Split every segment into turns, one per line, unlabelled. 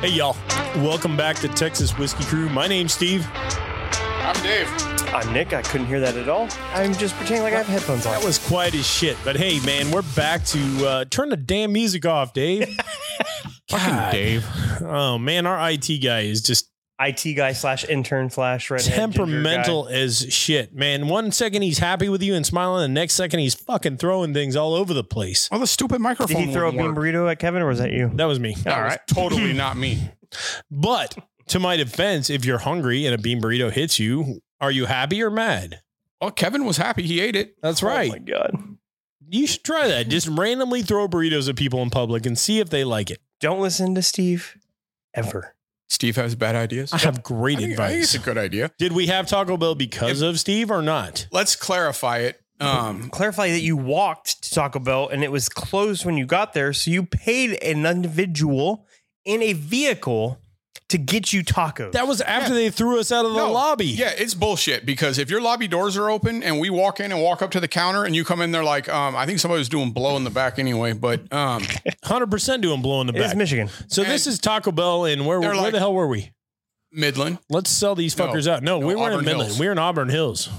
Hey, y'all. Welcome back to Texas Whiskey Crew. My name's Steve.
I'm Dave.
I'm Uh, Nick. I couldn't hear that at all. I'm just pretending like I have headphones on.
That was quiet as shit. But hey, man, we're back to uh, turn the damn music off, Dave. God.
Dave.
Oh, man, our IT guy is just
IT guy slash intern slash redhead
temperamental as shit, man. One second he's happy with you and smiling, the next second he's fucking throwing things all over the place.
Oh, the stupid
ginger
microphone.
guy. Did he throw a
wouldn't work.
bean burrito at Kevin or was that you?
That was me.
All right. Totally not me.
But to my defense, if you're hungry and a bean burrito hits you, are you happy or mad?
Well, Kevin was happy. He ate it.
That's
Oh my
right.
god!
You should try that. Just randomly throw burritos at people in public and see if they like it.
Don't listen to Steve ever.
Steve has bad ideas.
I have great
I think- I think
advice.
it's a good idea.
Did we have Taco Bell because of Steve or not?
Let's clarify it. Um,
Clarify that you walked to Taco Bell and it was closed when you got there, so you paid an individual in a vehicle to get you tacos.
That was after they threw us out of the
no.
lobby.
Yeah, it's bullshit because if your lobby doors are open and we walk in and walk up to the counter and you come in there like, um, I think somebody was doing blow in the back anyway, but um,
100% to him blowing the
it is
back.
Michigan.
so this is Taco Bell and where,
They're
where
like-
the hell were we?
Midland.
Let's sell these fuckers out. No,
No,
we were in
Auburn
Midland.
Hills.
We were in Auburn Hills.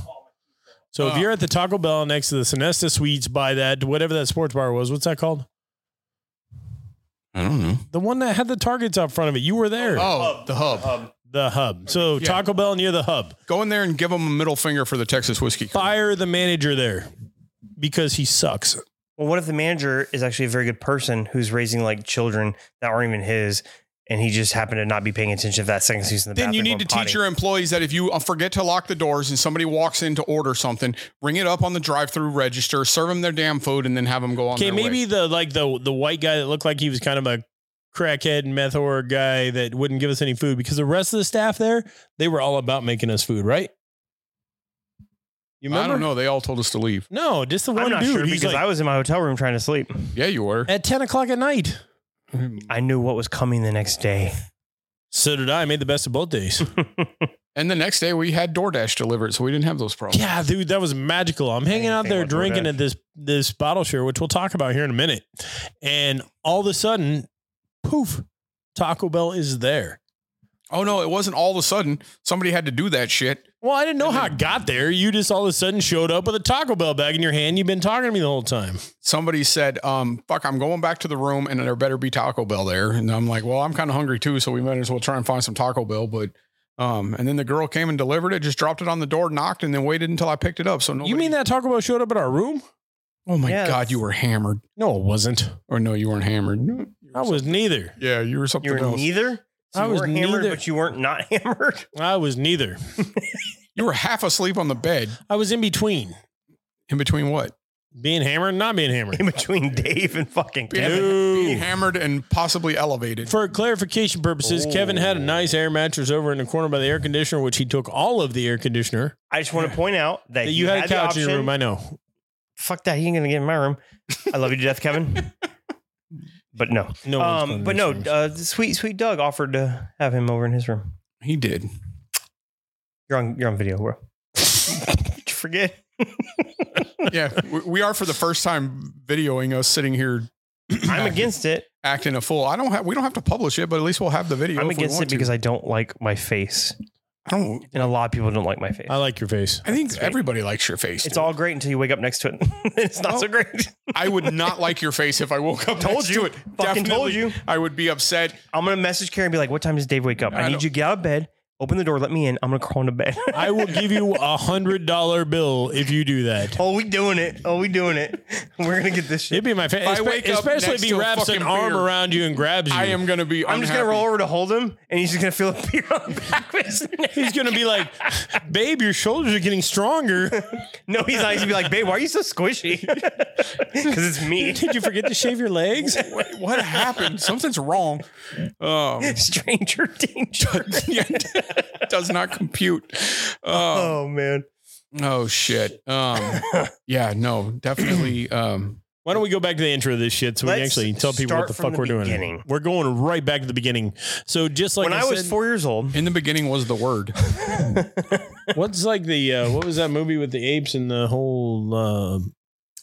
So if
Oh.
you're at the Taco Bell next to the Sinesta Suites by that, whatever that sports bar was, what's that called?
I don't know.
The one that had the targets out front of it. You were there.
Oh, the hub.
The hub. So
Yeah.
Taco Bell near the hub.
Go in there and give them a middle finger for the Texas whiskey. Crew.
Fire the manager there because he sucks.
Well, what if the manager is actually a very good person who's raising like children that aren't even his, and he just happened to not be paying attention to that second season?
Then you need to teach your employees that if you uh, forget to lock the doors and somebody walks in to order something, bring it up on the drive-through register, serve them their damn food, and then have them go on.
Okay,
their
maybe
way.
the like the the white guy that looked like he was kind of a crackhead and meth or guy that wouldn't give us any food because the rest of the staff there, they were all about making us food, right? You remember?
I don't know. They all told us to leave.
No, just the one
I'm not
dude.
sure
He's
because
like,
I was in my hotel room trying to sleep.
Yeah, you were.
at 10 o'clock at night.
I knew what was coming the next day.
So did I. I made the best of both days.
And the next day we had DoorDash delivered, so we didn't have those problems.
yeah, dude, that was magical. I'm hanging out
Anything
there
with
drinking
DoorDash.
at this this bottle share, which we'll talk about here in a minute. And all of a sudden, poof, Taco Bell is there.
Oh no, it wasn't all of a sudden. Somebody had to do that shit.
Well, I didn't know how it got there. You just all of a sudden showed up with a Taco Bell bag in your hand. You've been talking to me the whole time.
Somebody said, um, fuck, I'm going back to the room and there better be Taco Bell there. And I'm like, well, I'm kind of hungry too, so we might as well try and find some Taco Bell. But um, and then the girl came and delivered it, just dropped it on the door, knocked, and then waited until I picked it up. So nobody,
You mean that Taco Bell showed up at our room?
Oh my
Yeah,
god,
that's-
you were hammered.
No, it wasn't.
Or no, you weren't hammered.
I was neither.
Yeah, you were something
You were
else.
neither. So
I
you
was
were hammered,
neither.
but you weren't not hammered.
I was neither.
you were half asleep on the bed
I was in between
in between what?
being hammered and not being hammered.
In between Dave and fucking Kevin.
Being
No.
hammered and possibly elevated.
For clarification purposes, Kevin
Oh.
had a nice air mattress over in the corner by the air conditioner, which he took all of the air conditioner.
I just want to point out that
That
you had,
a couch
the
in
option.
your room, I know.
Fuck that. He ain't gonna get in my room. I love you to death, Kevin. But no,
No, one's going
um,
to
but
these
no.
rooms.
Uh, sweet, sweet Doug offered to have him over in his room.
He did.
You're on. You're on video, bro. Did you forget?
Yeah, we- we are for the first time videoing us sitting here.
I'm against it.
acting a fool. I don't have. We don't have to publish it, but at least we'll have the video.
I'm
if we
against
want
it
to.
because I don't like my face,
I don't.
and a lot of people don't like my face.
I like your face.
I think everybody likes your face.
it's all great until you wake up next to it. it's not so great.
I would not like your face if I woke up.
Told
next
Oh, you.
To it.
Fucking told you.
I would be upset.
I'm gonna message Karen and be like, "What time does Dave wake up? I,
I
need
know.
you to get out of bed, open the door, let me in. I'm gonna crawl into bed."
I will give you a hundred dollar bill if you do that.
oh, we doing it. Oh, we doing it. We're gonna get this shit.
It'd be my favorite.
If I wake up
especially if
next
he
to a
wraps an
fucking
arm
beer,
around you and grabs you.
I am gonna be.
Mm. I'm just gonna
unhappy.
roll over to hold him, and he's just gonna feel a beer on the back of his neck.
He's gonna be like, babe, your shoulders are getting stronger.
No, he's not. He's gonna be like, "Babe, why are you so squishy?" Because it's me.
Did you forget to shave your legs?
What, what happened? Something's wrong. Um,
Stranger danger.
yeah, it does not compute. Uh,
Oh man.
oh shit. Um, yeah, no, definitely. Um,
Why don't we go back to the intro of this shit so we can
Let's
actually tell people what
start
the
from
fuck
the
we're doing?
beginning.
We're going right back to the beginning. So just like
when I, was
said-
four years old,
in the beginning was the word.
What's like the uh, what was that movie with the apes and the whole? Uh,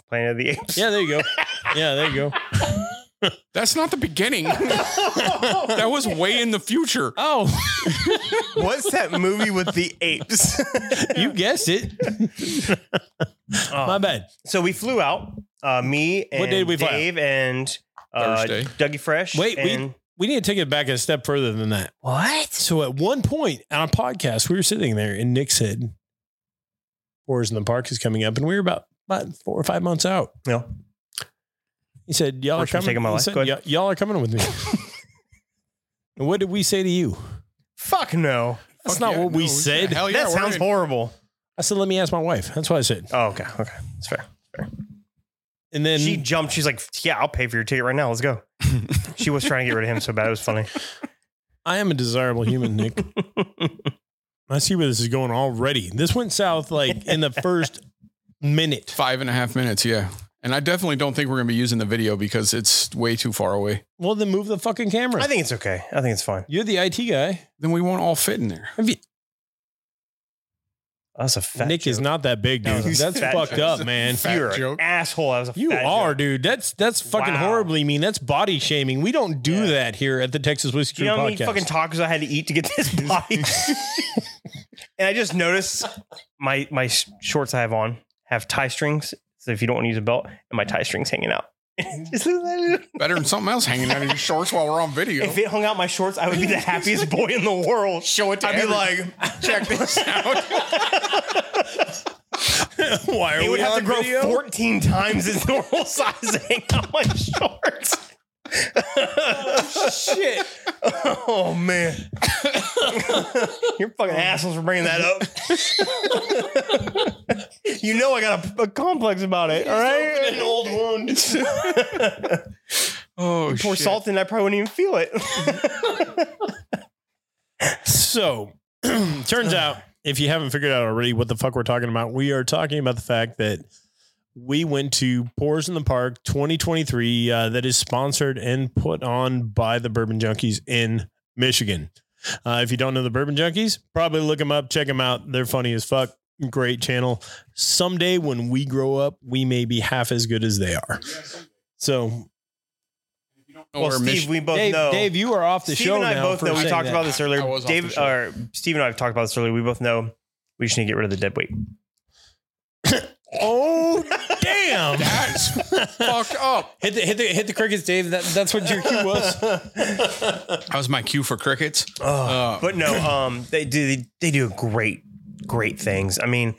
Planet of the Apes.
yeah, there you go. Yeah, there you go.
That's not the beginning. that was way in the future.
Oh,
What's that movie with the apes?
you guessed it.
Oh.
My bad.
So we flew out. Uh, me and
What day did we fly out?
Dave and uh,
Thursday.
Dougie Fresh.
Wait, we-
and-
We need to take it back a step further than that.
what?
So at one point on a podcast, we were sitting there and Nick said, Wars in the Park is coming up. And we were about, about four or five months out.
No.
He said, Y'all are
Worst mistake
coming.
of my
he
life.
said,
Go ahead.
"Y- y'all are coming with me. and what did we say to you?
Fuck no.
That's
Fuck
not
yeah,
what we
no,
said.
Hell yeah,
that
we're
sounds
in.
horrible.
I said, Let me ask my wife. That's what I said.
Oh, okay. Okay. That's fair.
And then
she jumped. She's like, yeah, I'll pay for your ticket right now. Let's go. she was trying to get rid of him so bad. It was funny.
I am a desirable human, Nick. I see where this is going already. This went south like in the first minute.
Five and a half minutes, yeah. And I definitely don't think we're gonna be using the video because it's way too far away.
Well, then move the fucking camera.
I think it's okay. I think it's fine.
You're the IT guy.
Then we won't all fit in there.
That's a fat
Nick is
joke.
not that big,
That
dude.
was a
That's
fat
fucked
joke.
up, man.
Fat
You're
joke.
an asshole. That was a
You
fat
are,
joke.
dude. That's that's fucking
Wow.
horribly mean. That's body shaming. We don't do
Yeah.
that here at the Texas Whiskey
Do you know how
Crew
many
podcast.
fucking tacos I had to eat to get this body? and I just noticed my my sh- shorts I have on have tie strings. So if you don't want to use a belt, and my tie strings hanging out. Just look at that.
Better than something else hanging out of your shorts while we're on video.
if it hung out my shorts, I would be the happiest boy in the world.
Show it to
I'd be like,
check this out.
Why
it
are we
would have to
on
grow
video?
14 times its normal size to hang out my shorts.
Shit.
Oh man. You're fucking assholes for bringing that up. you know I got a, a complex about it, all right?
An old wound.
Oh
Poor
shit.
Salton, I probably wouldn't even feel it.
So, turns out, if you haven't figured out already what the fuck we're talking about, we are talking about the fact that we went to Pours in the Park 2023, uh, that is sponsored and put on by the Bourbon Junkies in Michigan. Uh, if you don't know the Bourbon Junkies, probably look them up, check them out. They're funny as fuck. Great channel. Someday when we grow up, we may be half as good as they are. So,
Or
well, Steve,
Mich-
we both
Dave,
know.
Dave, you are off the
Steve
show
and I
now.
both
for
know. We
saying
talked
that.
about this earlier.
I was off the
Dave
show.
or Steve and I have talked about this earlier. We both know we just need to get rid of the dead weight.
Oh, damn.
that's fucked up.
Hit the hit the hit the crickets, Dave. That that's what your cue was.
That was my cue for crickets.
Oh,
Uh,
but no, um, they do they, they do great, great things. I mean,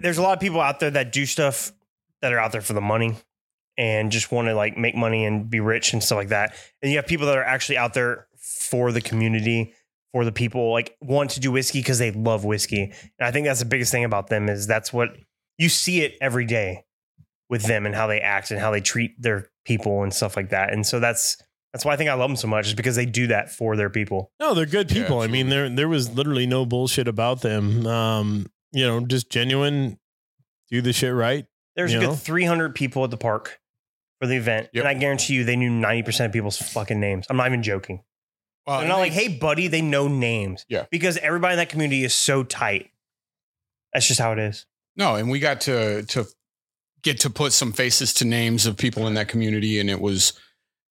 there's a lot of people out there that do stuff that are out there for the money and just want to like make money and be rich and stuff like that. And you have people that are actually out there for the community, for the people, like want to do whiskey because they love whiskey. And I think that's the biggest thing about them is that's what you see it every day with them and how they act and how they treat their people and stuff like that. And so that's that's why I think I love them so much is because they do that for their people.
No, they're good
Yeah,
people. I mean, there there was literally no bullshit about them. Um, you know, just genuine. Do the shit right.
There's
You
a good
know?
300 people at the park for the event,
Yep.
and I guarantee you they knew 90% of people's fucking names. I'm not even joking.
Well,
They're not like, hey, buddy, they know names.
Uh, Yeah.
Because everybody in that community is so tight. That's just how it is.
No, and we got to to get to put some faces to names of people in that community, and it was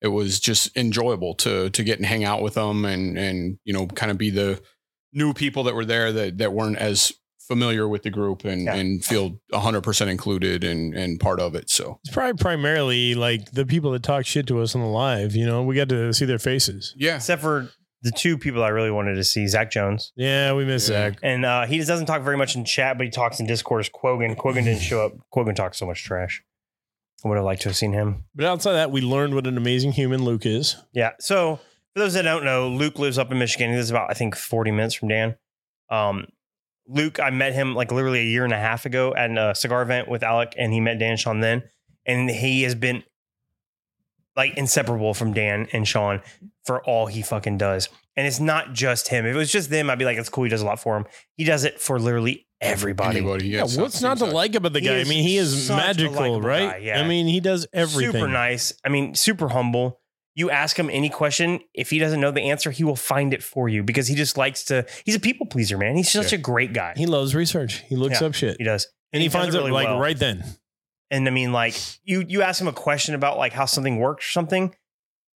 it was just enjoyable to to get and hang out with them, and and you know, kind of be the new people that were there that that weren't as familiar with the group and
Yeah.
and feel hundred percent included and and part of it. So
It's probably primarily like the people that talk shit to us on the live. You know, we got to see their faces.
yeah,
Except for the two people I really wanted to see, Zach Jones.
Yeah, we miss
Yeah.
Zach.
And uh, he just doesn't talk very much in chat, but he talks in Discord as Quogan. Quogan didn't show up. Quogan talks so much trash. I would have liked to have seen him.
But outside of that, we learned what an amazing human Luke is.
Yeah. So for those that don't know, Luke lives up in Michigan. He lives about I think 40 minutes from Dan. Um, Luke, I met him like literally a year and a half ago at a cigar event with Alec, and he met Dan and Sean then, and he has been like inseparable from Dan and Sean for all he fucking does. And it's not just him. If it was just them, I'd be like, it's cool. He does a lot for him. He does it for literally everybody.
anybody.
Yeah, what's not to
seems
like about the
He
guy? I
is
mean, he is
such a
magical,
likable
right?
guy, yeah.
I mean, he does everything.
Super nice. I mean, super humble. You ask him any question, if he doesn't know the answer, he will find it for you because he just likes to. He's a people pleaser, man. He's such a great guy.
He loves research. He looks
Yeah.
up shit,
He does.
and he,
he does
finds
it
it
really
like
well.
right then.
And I mean, like you you ask him a question about like how something works or something.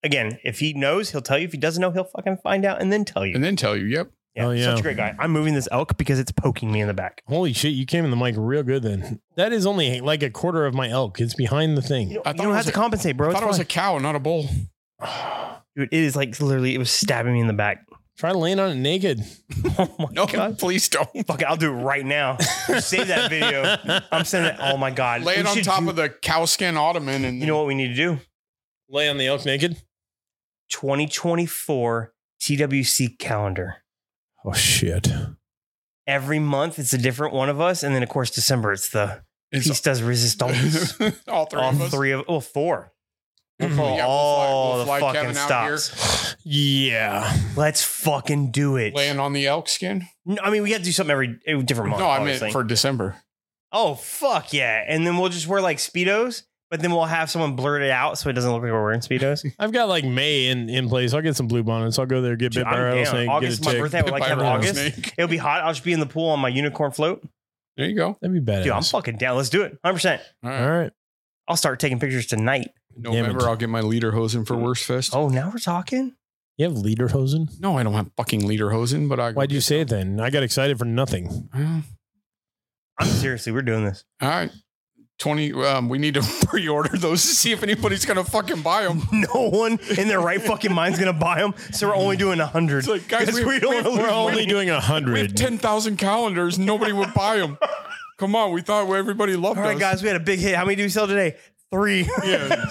Again, if he knows, he'll tell you. If he doesn't know, he'll fucking find out and then tell you.
and then tell you, yep.
Oh, yeah.
Such a great guy. I'm moving this elk because it's poking me in the back.
Holy shit, you came in the mic real good then. That is only like a quarter of my elk. It's behind the thing.
You,
I thought
don't- you don't
it was
have to
a-
compensate, bro.
I
It's
thought it was
fine.
a cow, not a bull.
Dude, it is like literally, it was stabbing me in the back.
Try laying on it naked.
Oh my
No,
god.
please don't.
Fuck it, I'll do it right now. You Save that video. I'm sending it. Oh my god.
Lay
We
it on
should
top
do-
of the cow skin ottoman, and
You know what we need to do?
Lay on the elk naked.
2024 TWC calendar.
Oh shit.
Every month it's a different one of us, and then of course December it's the
It's-
Peace Does Resistance.
all three
all
of us.
three of well four.
We'll
For
call- yeah, we'll fly-
all
we'll fly
the fucking
Kevin out here.
stops.
Yeah.
Let's fucking do it.
Laying on the elk skin?
No, I mean, we got to do something every, every different month.
No, I
obviously.
meant for December.
Oh fuck yeah! And then we'll just wear like speedos, but then we'll have someone blurt it out so it doesn't look like we're wearing speedos.
I've got like May in, in place. I'll get some blue bonnets. I'll go there, get bit
Dude,
by a
I'm down.
rattlesnake.
August is
get a
my
tick.
birthday. I would like to have
Bit by a
August. It'll be hot. I'll just be in the pool on my unicorn float.
There you go.
That'd be badass.
Dude, I'm fucking down. Let's do it. 100. percent
All
All
right.
right.
I'll start taking pictures tonight.
Damn it.
November, I'll get my leader hosen for Worst Fest.
Oh, now we're talking.
You have lederhosen?
No, I don't have fucking leader hosen, but I.
Why'd you say it then? I got excited for nothing.
Well,
I'm seriously, we're doing this.
All right. 20. Um, we need to pre order those to see if anybody's going to fucking buy them.
No one in their right fucking mind's gonna buy them, so we're only doing hundred.
It's like, guys, we, we
don't wanna
We're
lose
only
money.
doing a
we have
hundred.
10,000 calendars. Nobody would buy them. Come on. We thought everybody loved
All right,
us.
guys, we had a big hit. How many do we sell today? Three.
Yeah.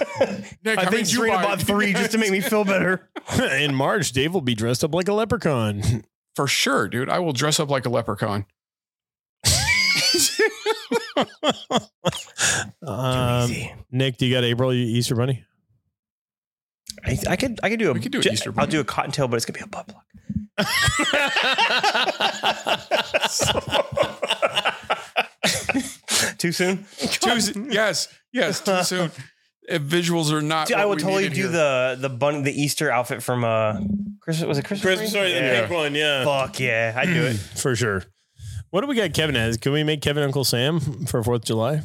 Nick,
I
how many
think
did you
Serena
buy?
bought three just to make me feel better.
in March, Dave will be dressed up like a leprechaun.
For sure, dude. I will dress up like a leprechaun.
Um,
Easy.
Nick, do you got April you Easter Bunny?
I, I could I could do a
We could do an
ju-
Easter
I'll
Bunny.
do a cottontail, but it's gonna be a butt plug. Too soon.
too soon. Yes, yes, too soon. If visuals are not,
Dude, I
what
will
we
totally
needed
do
here.
the the bun the Easter outfit from uh Christmas was it Christmas? tree? yeah.
one, yeah.
Fuck yeah, I do
Mm.
it.
For sure. What do we got Kevin as? Can we make Kevin Uncle Sam for 4th of July?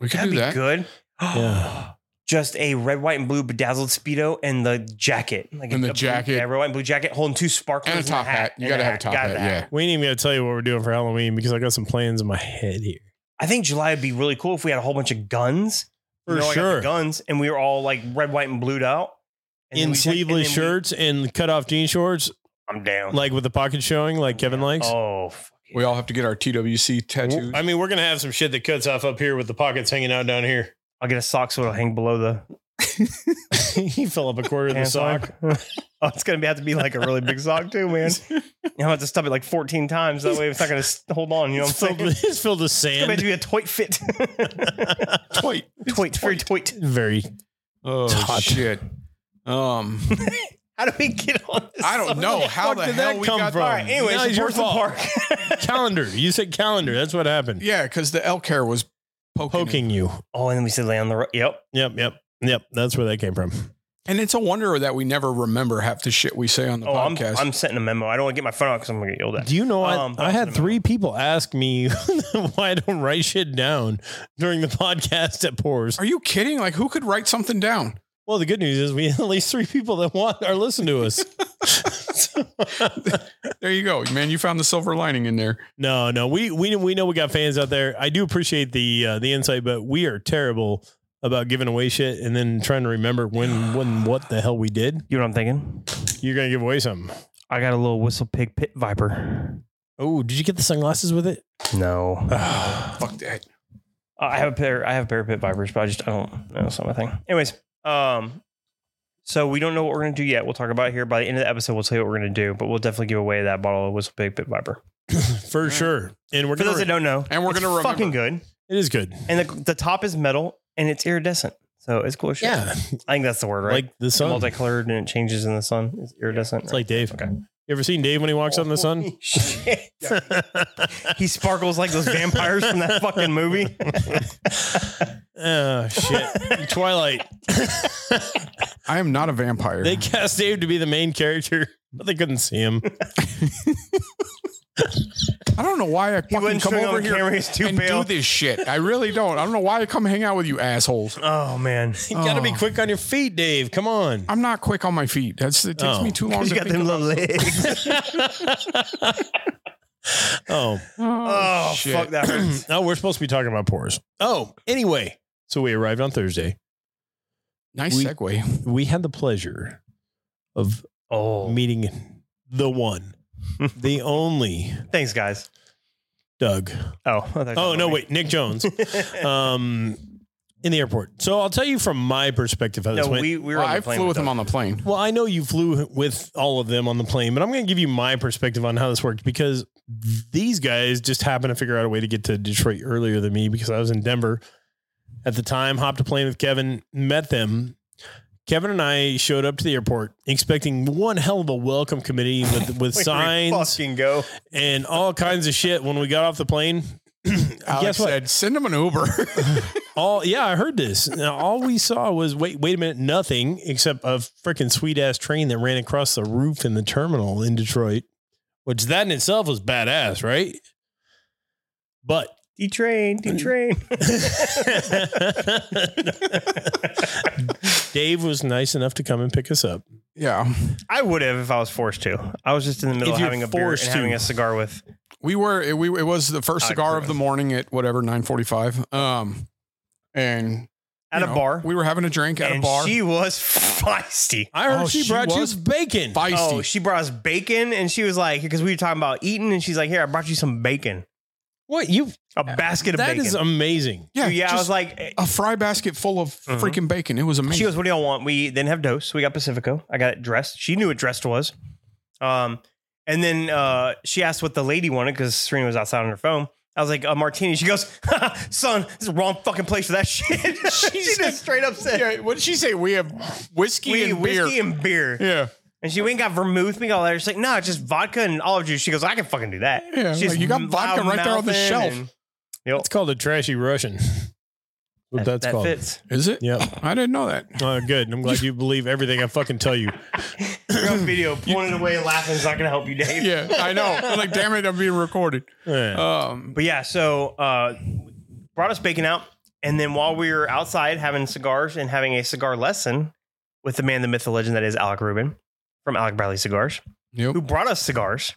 We could
That'd
do
be
that.
good.
Yeah.
Just a red, white, and blue bedazzled speedo and the jacket, like
And the
a blue-
jacket.
yeah, red, white, and blue jacket, holding two sparklers
And a top
a
hat. You
and
got to have a top
Gotta
hat.
have
Yeah.
We ain't even got to tell you what we're doing for Halloween because I got some plans in my head here.
I think July would be really cool if we had a whole bunch of guns.
For
You know, I got the
sure. guns,
guns, and we were all like red, white, and blued out. And then
in
we took- and
sleeveless
then we-
shirts and cut off jean shorts,
I'm down.
like with the pocket showing, like Kevin likes.
Oh, fuck yeah.
We all have to get our TWC tattoos.
I mean, we're gonna have some shit that cuts off up here with the pockets hanging out down here.
I'll get a sock so it'll hang below the
he fill up a quarter of the
pants
sock.
line. oh, it's gonna be, have to be like a really big sock too, man. I'm gonna have to stub it like 14 times. That way, it's not gonna s- hold on. You know what I'm
It's filled,
saying? It's
it's filled with
gonna have to
sand.
be a toit fit.
Wait.
toit, very toit.
Very.
Oh
Tot.
shit. Um,
How do we get on? This
I don't
subject?
know
the
how
fuck
the
did
hell
that
we
come
got
from?
All
All
right,
right. Anyways,
Now it's your
Forza Park.
calendar. You said calendar. That's what happened.
Yeah, because the elk hair was poking,
Poking you.
oh, and then we said lay on the road. Yep.
Yep. Yep. Yep. That's where that came from.
and it's a wonder that we never remember half the shit we say on the
Oh, I'm,
podcast.
I'm sending a memo. I don't want to get my phone out because I'm gonna get yelled at.
Do you know? I,
Um,
I had three people ask me why I don't write shit down during the podcast at Pores.
Are you kidding? Like, who could write something down?
Well, the good news is we had at least three people that want or listen to us.
There you go, man. You found the silver lining in there.
No, no, we we we know we got fans out there. I do appreciate the uh, the insight, but we are terrible about giving away shit and then trying to remember when when what the hell we did.
You know what I'm thinking?
You're gonna give away something.
I got a little whistle pig pit viper.
Oh, did you get the sunglasses with it?
No,
Fuck that.
Uh, I have a pair. I have a pair of pit vipers, but I just I don't know. It's not my thing. Anyways, um, so we don't know what we're gonna do yet. We'll talk about it here by the end of the episode. We'll tell you what we're gonna do, but we'll definitely give away that bottle of Whistle Pig Pit Viper.
For sure. And we're
For
gonna.
those that don't know,
And we're
it's
gonna remember.
fucking good.
it is good.
And the the top is metal and it's iridescent, so it's cool. As shit.
Yeah,
I think that's the word, right?
like the
It's
sun.
multicolored and it changes in the sun. It's iridescent.
it's like Dave.
Okay.
You ever seen Dave when he walks out in the sun?
Shit. he sparkles like those vampires from that fucking movie.
oh shit! Twilight.
I am not a vampire.
They cast Dave to be the main character, but they couldn't see him.
I don't know why I fucking
wouldn't
come
swing on
over
the
here
camera, he's too
and
pale.
do this shit. I really don't. I don't know why I come hang out with you assholes.
Oh man,
You gotta be
Oh.
quick on your feet, Dave. Come on.
I'm not quick on my feet. That's it takes
Oh.
me too long
he's
to
got
think
them
about.
little legs.
Oh,
Oh
shit.
fuck, that hurts.
no, we're supposed to be talking about pores. Oh, anyway. So we arrived on Thursday.
Nice
We-
segue.
We had the pleasure of
Oh,
meeting the one, the only
thanks guys.
Doug.
Oh, I thought you were
Oh,
talking
no,
about me.
wait. Nick Jones. Um, in the airport. So I'll tell you from my perspective how this
no,
went.
we we were.
Well,
on the
I
plane
flew with
them.
him on the plane.
Well, I know you flew with all of them on the plane, but I'm going to give you my perspective on how this worked because these guys just happened to figure out a way to get to Detroit earlier than me because I was in Denver at the time, hopped a plane with Kevin, met them. Kevin and I showed up to the airport expecting one hell of a welcome committee with, with
We
signs
Fucking go.
and all kinds of shit. When we got off the plane,
Alex
guess what?
said, "Send him an Uber."
All yeah, I heard this. Now, all we saw was wait, wait a minute, nothing except a freaking sweet ass train that ran across the roof in the terminal in Detroit, which that in itself was badass, right? But
D train, D train.
Dave was nice enough to come and pick us up.
yeah,
I would have if I was forced to. I was just in the middle
If
of
you're
having a beer and
forced
having
to.
a cigar with.
we were. It, we it was the first
I
cigar of the
agree.
morning at whatever nine forty five. Um, and
At
you
a
know,
bar.
we were having a drink at
and
a bar.
she was feisty.
I heard
Oh,
she,
she
brought you
was
bacon.
Feisty.
Oh, she brought us bacon, and she was like, because we were talking about eating, and she's like, "Here, I brought you some bacon,
What you?
a basket of
That
bacon."
is amazing.
yeah,
yeah, I
just
was like, eh,
a fry basket full of
Mhm.
freaking bacon. It was amazing.
she goes, "What do y'all want?" We then have dose. We got Pacifico. I got it dressed. She knew what dressed was. Um, and then uh, she asked what the lady wanted because Serena was outside on her phone. I was like, a martini. She goes, son, this is the wrong fucking place for that shit. she just straight up said,
yeah, what did she say? We have whiskey
we
and beer.
whiskey and beer.
yeah,
And she went and got vermouth, we got all that. She's like, no, nah, just vodka and olive juice. She goes, I can fucking do that.
Yeah,
She's
like, you got vodka right there on the
loud-mouthing
shelf.
and-
It's called a trashy Russian. What that's
that
called.
fits.
is it?
Yep.
I didn't know that.
Uh, good. I'm glad you believe everything I fucking tell you.
You're on video, pointing away, laughing is not going to help you, Dave.
Yeah, I know. I'm like, damn it, I'm being recorded.
Yeah.
Um,
But yeah, so uh, brought us bacon out, and then while we were outside having cigars and having a cigar lesson with the man, the myth, the legend that is Alec Rubin from Alec Bradley Cigars,
yep.
who brought us cigars.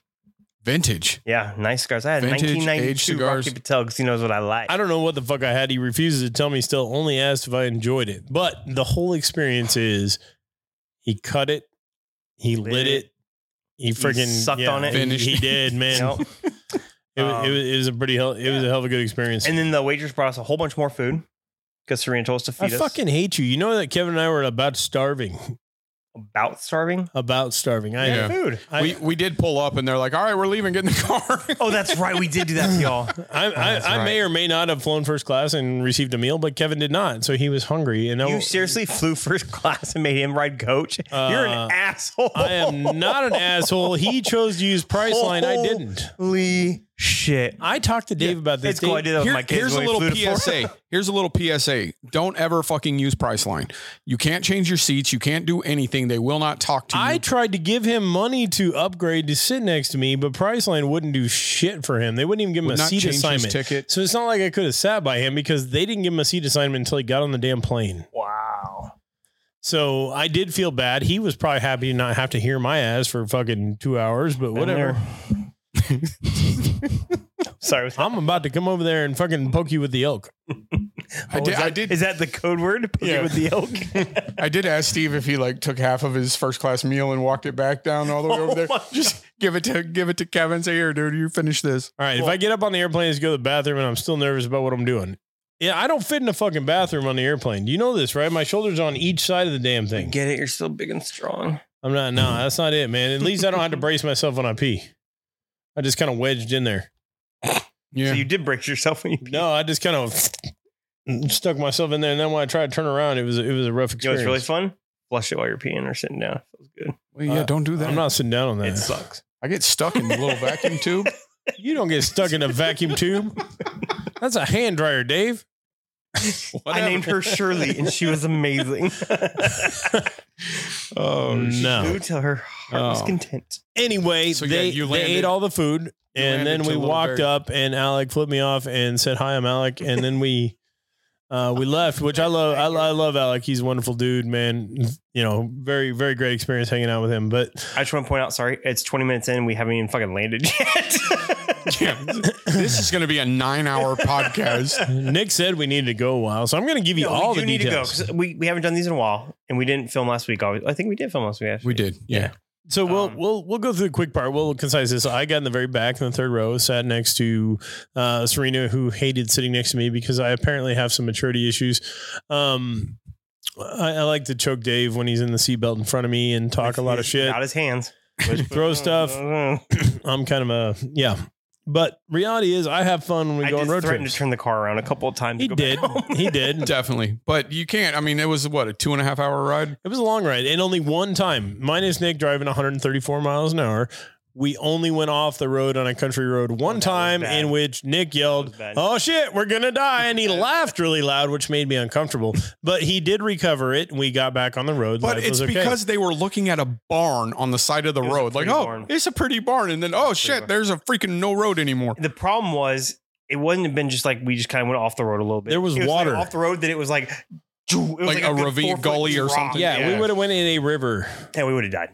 vintage.
Yeah, nice cigars. I had
Vintage, aged
1992
cigars.
Rocky Patel because he knows what I like.
I don't know what the fuck I had. He refuses to tell me still, only asked if I enjoyed it. But the whole experience is he cut it, he lit,
Lit
it,
it.
he freaking
sucked on it.
he-
Finished
He,
it.
did, man.
You know?
it, was, it,
Um,
was, it was a pretty hell, it was a hell of a good experience.
And then the waitress brought us a whole bunch more food because Serena told us to
I
feed us.
fucking hate you. You know that Kevin and I were about starving.
about starving.
About starving. I,
Yeah.
Food.
I,
we we did pull up, and they're like, "All right, we're leaving. Get in the car."
Oh, that's right. We did do that to y'all.
I, I,
Oh, that's
I may
right.
or may not have flown first class and received a meal, but Kevin did not. So he was hungry. And I-
You seriously flew first class and made him ride coach. You're
Uh,
an asshole.
I am not an asshole. He chose to use Priceline.
Oh.
I didn't.
Holy shit.
I talked to Dave about this.
It's cool. I
Dave-
did that with
Here-
my kids.
here's a
when we
little
flew to Florida.
PSA. Here's a little PSA. Don't ever fucking use Priceline. You can't change your seats. You can't do anything. They will not talk to you.
I tried to give him money to upgrade to sit next to me, but Priceline wouldn't do shit for him. They wouldn't even give him
Would
a
not
seat
change his
assignment.
ticket.
So it's not like I could have sat by him because they didn't give him a seat assignment until he got on the damn plane.
Wow.
So I did feel bad. He was probably happy to not have to hear my ass for fucking two hours, but whatever.
Sorry. was that-
I'm about to come over there and fucking poke you with the elk.
I
oh,
did.
is that-
I did.
Is that the code word? Put it
Yeah.
With the elk.
I did ask Steve if he like took half of his first class meal and walked it back down all the way over there.
my
Just give it to give it to Kevin. Say here, dude, you finish this.
All right.
Well-
if I get up on the airplane to go to the bathroom and I'm still nervous about what I'm doing, yeah, I don't fit in a fucking bathroom on the airplane. You know this, right? My shoulders on each side of the damn thing.
Get it. You're still big and strong.
I'm not. No, that's not it, man. At least I don't have to brace myself when I pee. I just kind of wedged in there.
Yeah.
So you did break yourself when you peed.
No, I just kind of stuck myself in there, and then when I tried to turn around, it was it was a rough
You know
experience.
what's really fun? Flush it while you're peeing or sitting down. Feels good.
Well, yeah,
uh,
don't do that.
I'm not sitting down on
It
that.
sucks.
I get stuck in the little vacuum tube.
You don't get stuck in a vacuum tube. That's a hand dryer, Dave.
I named her Shirley, and she was amazing.
Oh
No.
Flew till her heart was
Oh.
content.
Anyway,
So, yeah,
they
you
they
landed-
ate all the food. and
landed
then
to
we
Little
walked
Bear.
up, and Alec flipped me off and said, "Hi, I'm Alec." And then we uh, we left, which I love. I, I love Alec. He's a wonderful dude, man. You know, very very great experience hanging out with him. But
I just want to point out, sorry, it's 20 minutes in. We haven't even fucking landed yet.
Yeah, this is going to be a nine-hour podcast.
Nick said we needed to go a while, so I'm going to give you
No,
all the
we do need to go
details.
'cause we, we haven't done these in a while and we didn't film last week. obvi- I think we did film last week. Actually.
We did, yeah.
So we'll
Um,
we'll we'll go through the quick part. We'll concise this. I got in the very back in the third row, sat next to uh, Serena, who hated sitting next to me because I apparently have some maturity issues. Um, I, I like to choke Dave when he's in the seatbelt in front of me and talk a lot of shit.
Out his hands.
Throw stuff. I'm kind of a yeah, but reality is I have fun when we
I
go
did
on road
threaten
trips.
to turn the car around a couple of times. to
He
go
did,
back home.
he did.
Definitely, but you can't. I mean, it was what a two and a half hour ride.
It was a long ride, and only one time, minus Nick driving 134 miles an hour. We only went off the road on a country road one
was
time,
bad.
in which Nick
That
yelled,
was bad.
"Oh shit, we're gonna die!" and he laughed really loud, which made me uncomfortable. But he did recover it, and we got back on the road.
But
Life
it's
was okay.
because they were looking at a barn on the side of the
It was a
road. Like,
pretty
oh,
barn.
it's a pretty barn, and then oh
a pretty
shit,
barn.
there's a freaking no road anymore.
the problem was it wouldn't have been just like we just kind of went off the road a little bit.
There was
It like,
water.
off the road that it was like, it was
Like a
good
ravine
four-foot
gully or
drop.
something.
yeah,
yeah,
we would have went in a river.
and we would have died.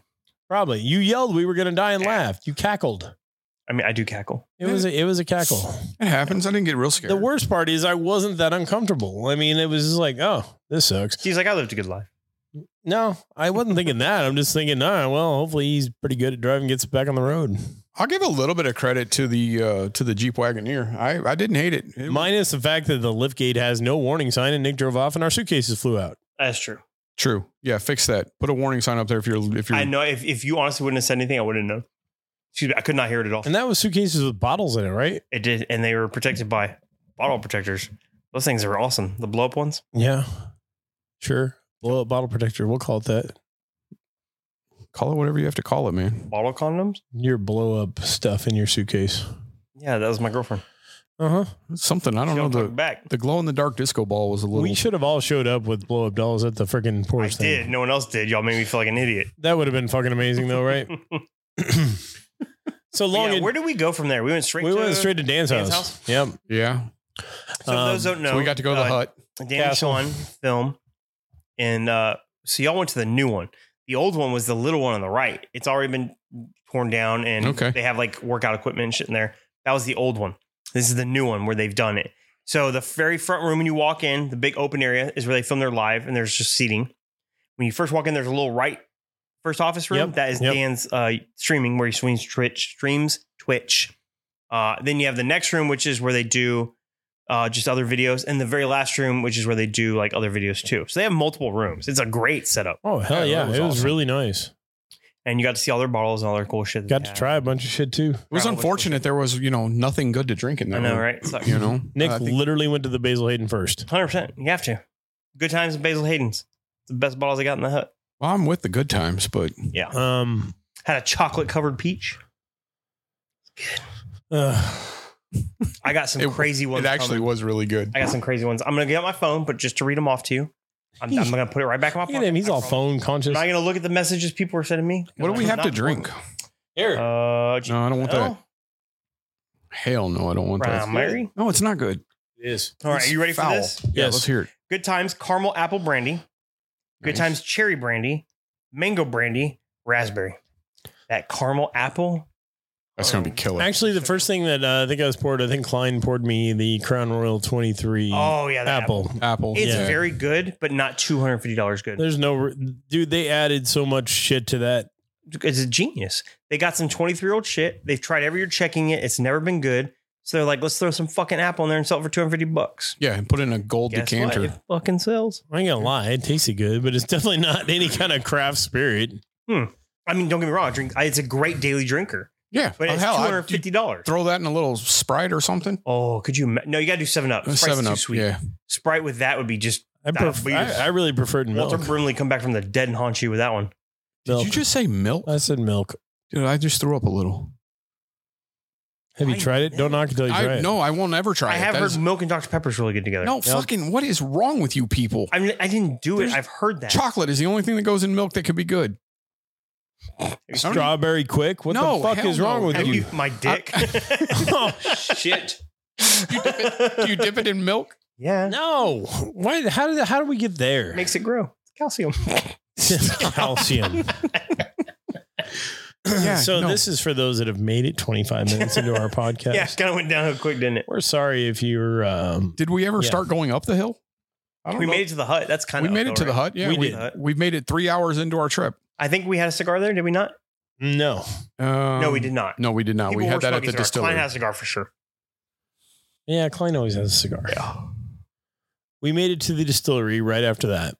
Probably you yelled we were gonna die and laughed. You cackled.
I mean, I do cackle.
It was a, it was a cackle.
It happens. I didn't get real scared.
The worst part is I wasn't that uncomfortable. I mean, it was just like, oh, this sucks.
She's like, I lived a good life.
No, I wasn't thinking that. I'm just thinking, nah, well, hopefully he's pretty good at driving, gets back on the road.
I'll give a little bit of credit to the uh, to the Jeep Wagoneer. I I didn't hate it. It-
Minus the fact that the lift gate has no warning sign and Nick drove off and our suitcases flew out.
That's true.
true. Yeah, fix that. Put a warning sign up there if you're if you're.
I know. If, if you honestly wouldn't have said anything, I wouldn't have known. Excuse me, I could not hear it at all.
And that was suitcases with bottles in it, right?
It did, and they were protected by bottle protectors. Those things are awesome. The blow up ones.
Yeah. Sure. Blow up bottle protector. We'll call it that.
Call it whatever you have to call it, man.
Bottle condoms?
Your blow up stuff in your suitcase.
Yeah, that was my girlfriend.
Uh huh.
It's something I don't
She
know.
talk
The
back.
the glow in the dark disco ball was a little.
We should have all showed up with blow up dolls at the freaking
I
porch thing.
did. No one else did. Y'all made me feel like an idiot.
That would have been fucking amazing, though, right? so long.
Yeah,
and-
where did we go from there? We went straight.
we
to,
went straight to Dan's,
Dan's
house.
house?
Yep.
yeah.
So for those
Um,
don't know,
So we got to go to the
uh,
hut.
Dan and
Castle.
Sean film, and uh, so y'all went to the new one. The old one was the little one on the right. It's already been torn down, and
Okay.
they have like workout equipment and shit in there. That was the old one. This is the new one where they've done it. So the very front room when you walk in, the big open area is where they film their live, and there's just seating. When you first walk in, there's a little right first office room.
Yep,
That is
yep.
Dan's uh, streaming where he streams Twitch. Streams Twitch. Uh, then you have the next room, which is where they do uh, just other videos, and the very last room, which is where they do like other videos too. So they have multiple rooms. It's a great setup,
Oh hell yeah!
Yeah, that was
it was
awesome.
really nice.
and you got to see all their bottles and all their cool shit. that
Got
they
to
have.
try a bunch of shit too.
It was
Probably.
unfortunate there was you know nothing good to drink in
I
there.
know, right? Sucks.
You know,
Nick
Uh, I think-
literally went to the Basil Hayden first.
Hundred percent. You have to. Good times at Basil Hayden's. It's the best bottles I got in the hut.
well, I'm with the good times, but
Yeah.
Um,
Had a chocolate covered peach.
uh,
I got some
It-
crazy ones.
it actually
coming.
was really good.
I got some crazy ones. I'm gonna get out my phone, but just to read them off to you, I'm, I'm gonna put it right back in my
look
pocket.
at him. He's
I
all
promise.
phone
I'm
conscious.
not gonna look at the messages people were sending me.
What do we have to drink?
Here,
Uh,
No, I don't want that.
Well,
Hell no, I don't want that.
primary.
No, it's not good.
it is.
All right,
It's
are you ready for
foul.
this?
Yeah,
Yes.
let's hear it.
Good times caramel apple brandy. Good
Nice.
times cherry brandy, mango brandy, raspberry. That caramel apple.
That's
Oh.
gonna be killer.
Actually, the first thing that uh, I think I was poured, I think Klein poured me the Crown Royal
Mm.
23
Oh yeah, that apple.
apple.
Apple.
It's
Yeah.
very good, but not two hundred fifty dollars good.
There's no re- dude. They added so much shit to that.
it's a genius. They got some 23 year old shit. They've tried every year checking it. It's never been good. So they're like, let's throw some fucking apple in there and sell it for 250 bucks.
yeah, and put it in a gold
Guess
decanter.
what? It fucking sells.
I ain't gonna lie, it tasted good, but it's definitely not any kind of craft spirit.
I mean, don't get me wrong. I drink. I, it's a great daily drinker,
Yeah,
but
Oh,
it's
hell, I- you
$250.
throw that in a little Sprite or something.
oh, could you? ima- No, you got to do 7 Up.
Uh,
Sprite's
Seven
too
up.
sweet.
Yeah,
Sprite with that would be just
I,
That
pref-
beer.
I, I really preferred milk.
Walter Brimley come back from the dead and haunt you with that one.
milk.
did you just say milk?
I said milk.
Dude, I just threw up a little.
Have you
I-
tried it? Don't knock until Oh, you try
I
it.
no, I won't ever try.
I
it.
have
That
heard
is-
milk and Dr. Pepper's really good together.
No, fucking. What is wrong with you people?
I mean, I didn't do it.
There's
I've heard that.
Chocolate is the only thing that goes in milk that could be good.
Strawberry quick. What
No,
the fuck
hell
is wrong
no.
with
Have
you?
You- my dick.
Oh,
Shit.
Do you dip it in milk?
yeah,
no. Why? How did? How do we get there?
makes it grow. Calcium.
calcium.
Yeah.
so
no.
this is for those that have made it 25 minutes into our podcast.
Yeah, it kind of went downhill quick, didn't it?
We're sorry if you're. Um,
Did we ever
Yeah.
start going up the hill? I don't
We
know.
made it to the hut. That's kind
we
of
made it to the hut. Yeah,
We
we
did.
We've made it three hours into our trip.
I think we had a cigar there. Did we not?
no,
Um,
no, we did not.
No, we did not.
People
we
were
had that at the
smoking cigars.
distillery.
Klein had a cigar for sure.
yeah, Klein always has a cigar. We made it to the distillery right after that.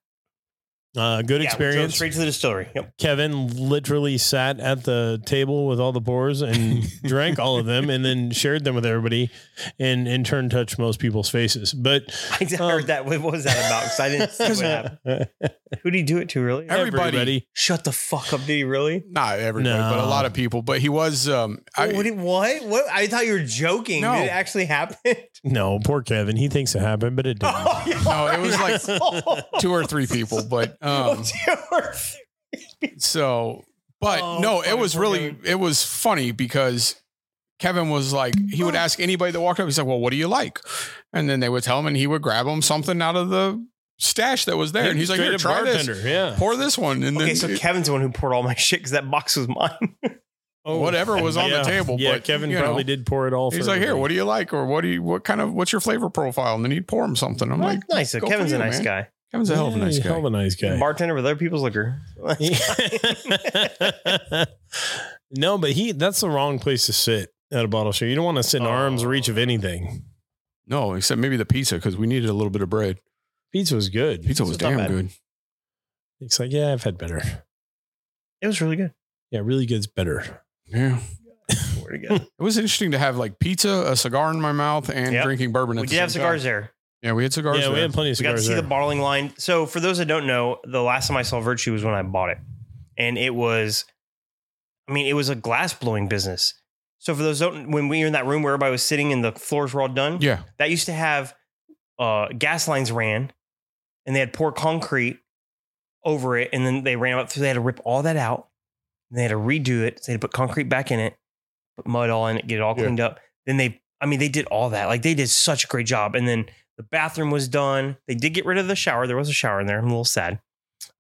Uh, good
Yeah, we drove
experience.
Straight to the distillery. Yep.
Kevin literally sat at the table with all the boars and drank all of them, and then shared them with everybody, and in turn touched most people's faces. But
I
Um,
heard that. What was that about? Because I didn't see what happened. Who did he do it to? Really?
Everybody.
Shut the fuck up. Did he really?
Not everybody, but
No.
a lot of people. But he was. Um, I,
Oh, what, did- what? What? I thought you were joking.
No.
Did it actually happen?
No, poor Kevin. He thinks it happened, but it didn't.
Oh, yeah.
no, it was like
Oh,
two or three people. But um,
dear.
so, but
Oh,
no,
funny,
it was
poor
really it was funny because Kevin was like he would ask anybody that walked up. He's like, "Well, what do you like?" And then they would tell him, and he would grab him something out of the stash that was there, and he's like,
Straight
"Here,
up
try this."
bartender. Yeah.
Pour this one, and
Okay,
then
so Kevin's the one who poured all my shit because that box was mine.
whatever was on
Oh, Yeah.
the table.
Yeah,
but,
Kevin
you know.
probably did pour it all.
He's like, here, what do you like? Or what do you, what kind of, what's your flavor profile? And then he'd pour him something. I'm like,
nice. So
go
Kevin's
for
a
you,
nice
man.
guy.
Kevin's a hell of a nice
Hell
guy.
of a nice guy.
Bartender with other people's liquor.
no, but he—that's the wrong place to sit at a bottle show. You don't want to sit in arm's
Oh.
reach of anything.
No, except maybe the pizza because we needed a little bit of bread.
Pizza was good.
Pizza was
It's not
damn
bad.
good.
It's like, yeah, I've had better.
It was really good.
Yeah, it really gets better.
Yeah.
Swear to God.
It was interesting to have like pizza, a cigar in my mouth, and
Yep.
drinking bourbon. at
we
the
did
same
have cigars
Time.
there.
Yeah, we had cigars.
yeah, we
there.
had plenty of
We got to
cigars.
see
there.
the bottling line. So for those that don't know, the last time I saw Virtue was when I bought it, and it was, I mean, it was a glass blowing business. So for those that don't, when we were in that room where everybody was sitting and the floors were all done,
yeah.
that used to have uh, gas lines ran, and they had poured concrete over it, and then they ran up, so they had to rip all that out, and they had to redo it. So they had to put concrete back in it, put mud all in it, get it all
Yeah.
cleaned up. Then they, I mean, they did all that. Like they did such a great job, and then the bathroom was done. They did get rid of the shower. There was a shower in there. I'm a little sad.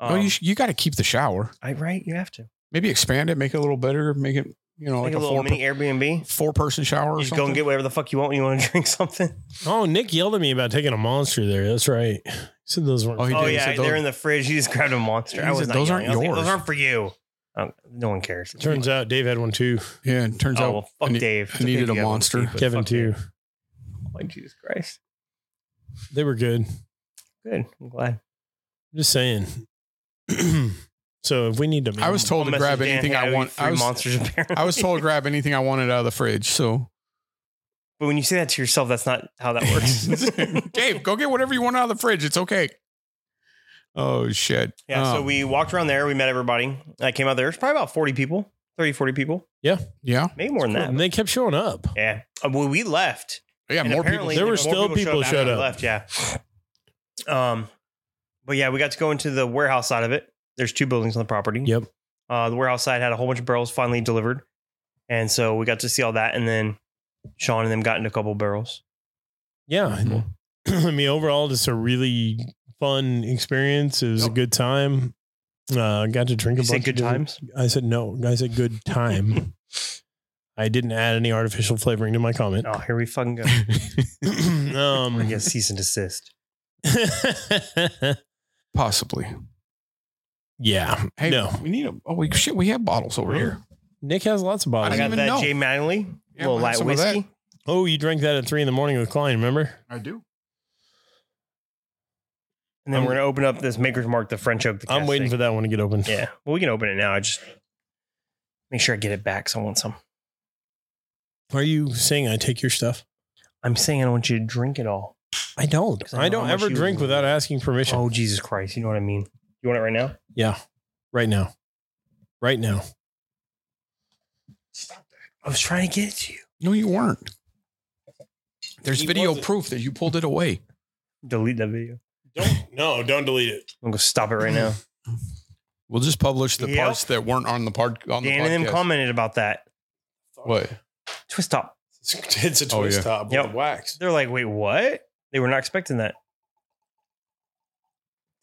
oh,
Um,
you, sh- you got to keep the shower.
I, right? You have to
Maybe expand it, make it a little better, make it, you know, like
like a,
a,
little
four,
mini Airbnb.
four person shower or
You just
something.
go and get whatever the fuck you want when you want to drink something.
oh, Nick yelled at me about taking a monster there. That's right. He said those weren't.
Oh, he
Oh
did.
yeah,
said those-
they're in the fridge. You just grabbed a monster.
He
I was
said,
not
"Those
yelling.
aren't
I was like,
yours."
Those aren't for you. Oh, no one cares.
Turns out Dave had one too.
yeah, it turns
oh
out.
well, fuck
I need-
Dave.
I needed a monster.
Kevin too.
too. Oh, Jesus Christ.
They were good.
Good. I'm glad.
Just saying. so if we need to,
I was told to
I'll
grab
message Dan,
anything
hey,
I
owe you
want.
Three
I was,
monsters apparently.
I was told to grab anything I wanted out of the fridge. So
but when you say that to yourself, that's not how that works.
Dave, go get whatever you want out of the fridge. It's okay. Oh shit.
yeah. so
Um,
we walked around there. We met everybody. I came out there. It's probably about forty people, 30, 40 people,
Yeah.
maybe more than that.
and they kept showing up.
Yeah. Uh, Well, we left.
Yeah,
And
more people.
apparently
There were
more
still people
after
showed
we
up.
Left, yeah. Um, but yeah, we got to go into the warehouse side of it. There's two buildings on the property.
Yep.
Uh, the warehouse side had a whole bunch of barrels finally delivered, and so we got to see all that. And then Sean and them got into a couple barrels.
Yeah.
Mhm.
I mean, overall, just a really fun experience. It was a good time. Uh, got to drink a
You say
bunch.
good
of different-
times?
I said no. I said good time. I didn't add any artificial flavoring to my comment.
Oh, here we fucking go. I
um,
guess cease and desist.
Possibly.
yeah.
Hey,
No.
we need a. Oh, we shit. We have bottles over here.
Nick has lots of
I
I
bottles.
got
even
that
know.
Jay Mattingly,
Yeah,
little
we'll have
light
some of that.
whiskey.
Oh, you drank that at three in the morning with Klein, remember?
I do.
And then
I'm-
we're gonna open up this Maker's Mark, the French Oak. The
I'm waiting for that one to get open.
Yeah. Well, we can open it now. I just make sure I get it back. So I want some.
Are you saying I take your stuff?
I'm saying I don't want you to drink it all.
I don't.
'Cause
I
I know
don't
how much
ever
you-
drink without asking permission.
Oh Jesus Christ! You know what I mean. You want it right now?
Yeah. Right now. Right now.
I was trying to get it to you.
No, you weren't. There's
He
video
wasn't.
proof that you pulled it away.
Delete that video.
Don't no, don't delete it.
I'm gonna stop it right now.
We'll just publish the
Yep.
parts that weren't on the part on the
Dan and them
podcast.
commented about that.
What?
Twist top.
It's a twist
Oh, yeah.
top with
Yep.
the wax.
They're like, wait, what? They were not expecting that.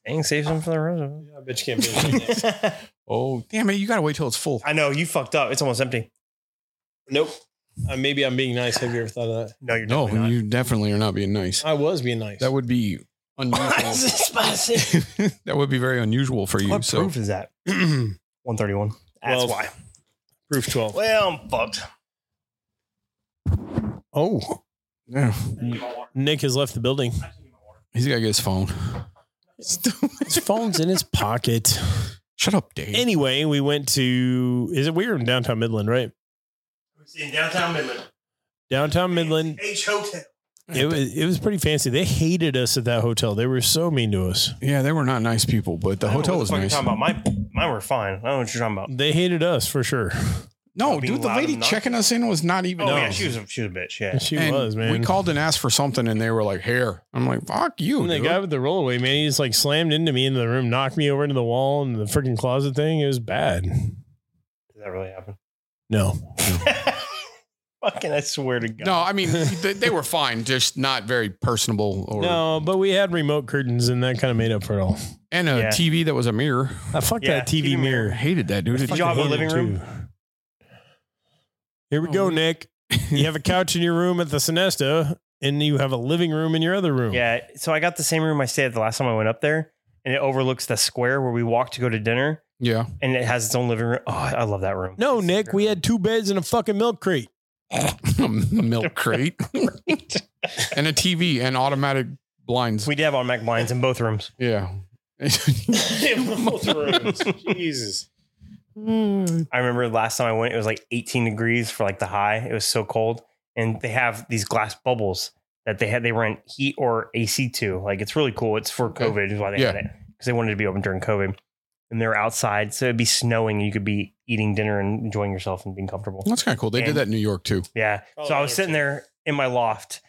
Dang, save some for the rest
I bet you can't finish it.
of it.
Oh, damn it! You gotta wait till it's full.
I know you fucked up. It's almost empty.
Nope. Uh, maybe I'm being nice. Have you ever thought of that?
No, you're
No,
definitely not.
you definitely are not being nice.
I was being nice.
That would be unusual.
spicy?
that would be very unusual for you.
What
so
proof is that? 131. That's
Well-
why.
Proof 12.
Well, I'm fucked.
Oh,
yeah,
Nick has left the building.
he's gotta get his phone.
His phone's in his pocket.
Shut up, Dave.
Anyway, we went to, is it, we were in downtown Midland, right?
In downtown Midland.
Downtown Midland.
H Hotel.
It was, it was pretty fancy. They hated us at that hotel. They were so mean to us.
yeah, they were not nice people, but the
I don't know
hotel
what
was
fuck you're
nice.
Talking about mine, mine were fine. I don't know what you're talking about.
They hated us for sure.
No,
Not being
dude, the
loud
lady
enough.
checking us in was not even.
Oh
nice.
yeah, she was a, she was a bitch. Yeah,
She
And
was, man.
We called and asked for something, and they were like, "Here." I'm like, "Fuck you."
And the
Dude.
guy with the rollaway, man, he just like slammed into me into the room, knocked me over into the wall and the freaking closet thing. It was bad.
did that really happen?
No.
Fucking, I swear to God.
no, I mean they, they were fine, just not very personable. Or
No, but we had remote curtains and that kind of made up for it all.
and a
Yeah.
TV that was a mirror.
I fucked
Yeah,
that TV
TV
mirror.
I hated that dude.
Did y'all have a living room?
Here we
Oh.
go, Nick. You have a couch in your room at the Sinesta, and you have a living room in your other room.
Yeah, so I got the same room I stayed at the last time I went up there, and it overlooks the square where we walked to go to dinner,
Yeah,
and it has its own living room. Oh, I love that room.
No,
It's
Nick, we had two beds and a fucking milk crate.
a milk crate and a TV and automatic blinds.
we did have automatic blinds in both rooms.
yeah.
Jesus.
I remember last time I went, it was like 18 degrees for like the high. It was so cold, and they have these glass bubbles that they had. They were in heat or AC to. Like it's really cool. It's for
Okay.
COVID is why they
Yeah.
had it because they wanted to be open during COVID, and they were outside, so it'd be snowing, and you could be eating dinner and enjoying yourself and being comfortable.
That's kind of cool. They did
And-
that in New York too.
Yeah.
Oh,
so I was
there
sitting
too.
there in my loft,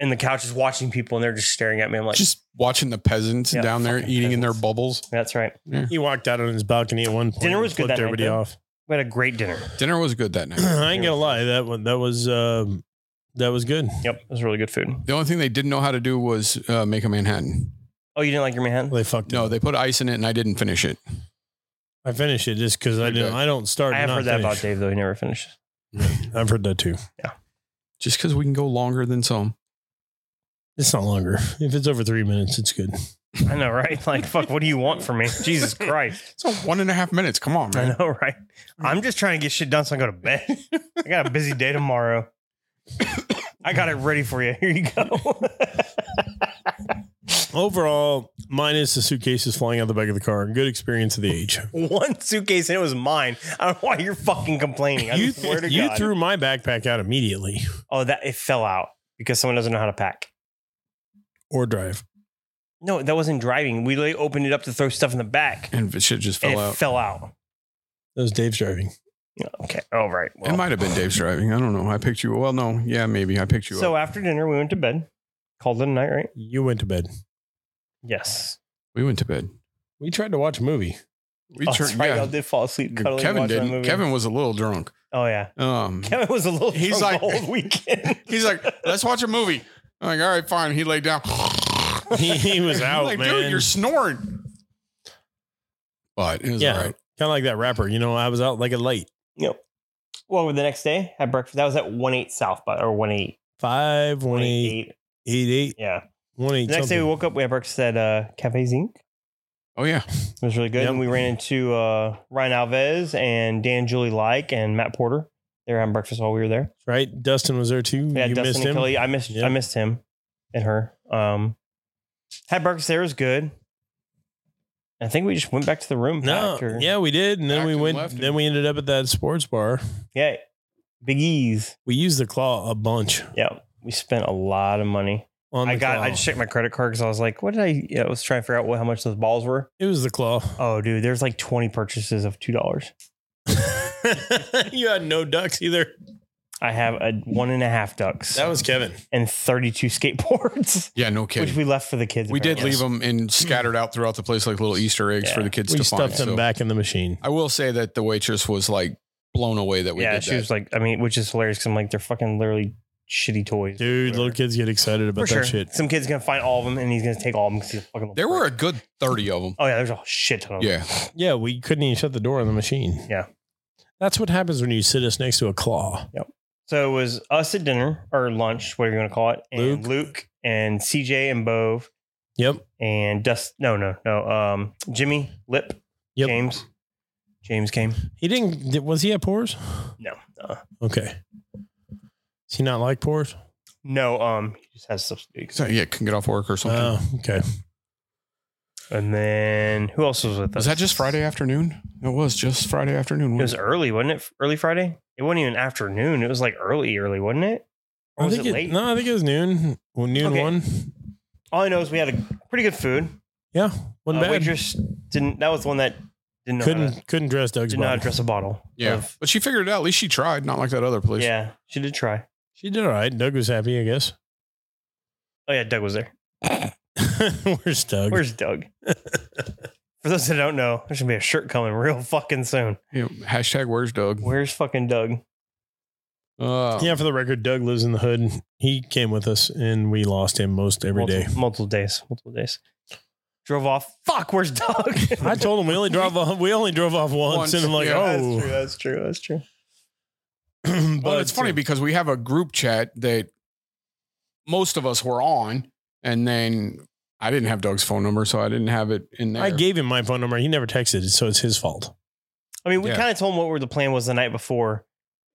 and the couch is watching people, and they're just staring at me. I'm like,
Just watching the peasants
Yeah,
down there
fucking
eating in their
peasants.
bubbles.
that's right.
He walked out on his balcony at one point.
Dinner
and
was good
flipped
that night,
everybody
though.
off.
We had a great dinner.
Dinner was good that night.
I ain't gonna lie, that one that was um, that was good.
Yep, it was really good food.
The only thing they didn't know how to do was uh, make a Manhattan.
Oh, you didn't like your Manhattan?
They fucked
No,
it.
they put ice in it, and I didn't finish it.
I finished it just because I
Okay.
didn't. I don't start.
I have
and
heard
not
that about
finish.
Dave though. He never finished.
I've heard that too.
Just because we can go longer than some.
It's not longer. If it's over three minutes, it's good.
I know, right? Like, fuck, what do you want from me? Jesus Christ!
So one and a half minutes. Come on,
I
man.
know, right? I'm just trying to get shit done so I can go to bed. I got a busy day tomorrow. I got it ready for you. Here you go.
Overall, minus the suitcases flying out the back of the car, good experience of the age.
One suitcase and it was mine. I don't know why you're fucking complaining. I
You,
swear to
you
God.
threw my backpack out immediately
oh, that it fell out because someone doesn't know how to pack.
or drive.
No, that wasn't driving. We literally opened it up to throw stuff in the back,
And shit just
and
fell
it
out.
fell out.
That was Dave's driving.
Okay, all right. Well.
it might have been Dave's driving. I don't know. I picked you. Well, no. Yeah, maybe I picked you
so
up.
after dinner, we went to bed. Called it a night, right?
You went to bed.
Yes.
We went to bed.
We tried to watch a movie.
We
Oh, that's
turned.
right.
yeah.
Y'all did fall asleep. cuddling,
Kevin
watching that
didn't.
movie.
Kevin was a little drunk.
Oh yeah.
Um,
Kevin was a little.
He's
He's
like-
like the whole weekend.
he's like, let's watch a movie. I'm like, all right, fine. He laid down.
He, he was
I'm
out,
like,
man.
dude, you're snoring. But it was
yeah,
all
kind
right.
of like that rapper. You know, I was out like a late
Yep. Well, the next day had breakfast. That was at one eight South, but or one eight
five one
one
eight
eight.
eight eight
Yeah.
one eight.
The next day we
something.
woke up. We had breakfast at uh, Cafe Zinc.
Oh yeah.
It was really good.
Yep.
And we ran into uh, Ryan Alves and Dan Julie Like and Matt Porter. They were having breakfast while we were there.
right? Dustin was there too.
Yeah,
you
Dustin
missed
and
him.
Kelly. I missed
Yeah.
I missed him and her. Um had breakfast there it was good. I think we just went back to the room.
No,
packed, or-
yeah, we did, and then
Back
we
and
went.
left
then
and-
we ended up at that sports bar.
Yeah. Big E's.
We used the claw a bunch.
Yeah. We spent a lot of money.
On the
I got
claw.
I just checked my credit card because I was like, what did I yeah, I was trying to figure out what how much those balls were.
it was the claw.
Oh dude, there's like 20 purchases of two dollars.
you had no ducks either.
I have a one and a half ducks
That was Kevin.
and 32 skateboards,
Yeah, no
which
kidding.
we left for the kids.
We did
apparently.
leave them and scattered out throughout the place like little Easter eggs
Yeah.
for the kids
we
to
stuffed
find.
them
so
back in the machine.
I will say that the waitress was like blown away that we
yeah,
did
she
that.
was like, I mean, which is hilarious because I'm like, they're fucking literally shitty toys.
Dude,
Whatever.
little kids get excited about
For
that
sure.
shit.
Some kid's going to find all of them and he's going to take all of them because he's a fucking.
there were a good thirty of them.
Oh, yeah, there's a shit ton of them.
Yeah,
Yeah, we couldn't even shut the door on the machine.
Yeah.
That's what happens when you sit us next to a claw.
So it was us at dinner or lunch, whatever you want to call it, and Luke, and CJ and Bove
Yep.
and Dust. No, no, no. Um, Jimmy, Lip,
Yep.
James. James came.
He didn't. did- Was he at Pores?
No, uh,
Okay. Does he not like Pores?
no. Um, he just has substitutes.
so yeah, can get off work or something.
Oh, okay.
And then who else was with us?
was that just Friday afternoon? It was just Friday afternoon.
It was early, wasn't it? Early Friday. It wasn't even afternoon. It was like early, early, wasn't it? Or
I
was
think
it late?
No, I think it was noon. Well, noon
Okay.
one.
All I know is we had a pretty good food.
Yeah,
Uh,
wasn't bad.
waitress didn't. That was the one that didn't know how to,
Couldn't couldn't dress Doug's
did not
body.
address a bottle.
yeah,
of-
but she figured it out. At least she tried, not like that other place.
yeah, she did try.
She did all right. Doug was happy, I guess.
Oh yeah, Doug was there.
Where's Doug?
Where's Doug? For those that don't know, there's gonna be a shirt coming real fucking soon.
Yeah, hashtag Where's Doug?
Where's fucking Doug?
Uh,
yeah, for the record, Doug lives in the hood. He came with us, and we lost him most every day.
multiple, multiple days, multiple days. Drove off. Fuck, where's Doug?
I told him we only drove off. We only drove off once,
Once,
and I'm like,
yeah.
oh,
That's true. That's true.
but
Well, it's funny
uh,
because we have a group chat that most of us were on, and then I didn't have Doug's phone number, so I didn't have it in there.
I gave him my phone number. He never texted, it, so it's his fault.
I mean, we
Yeah.
kind of told him what were the plan was the night before,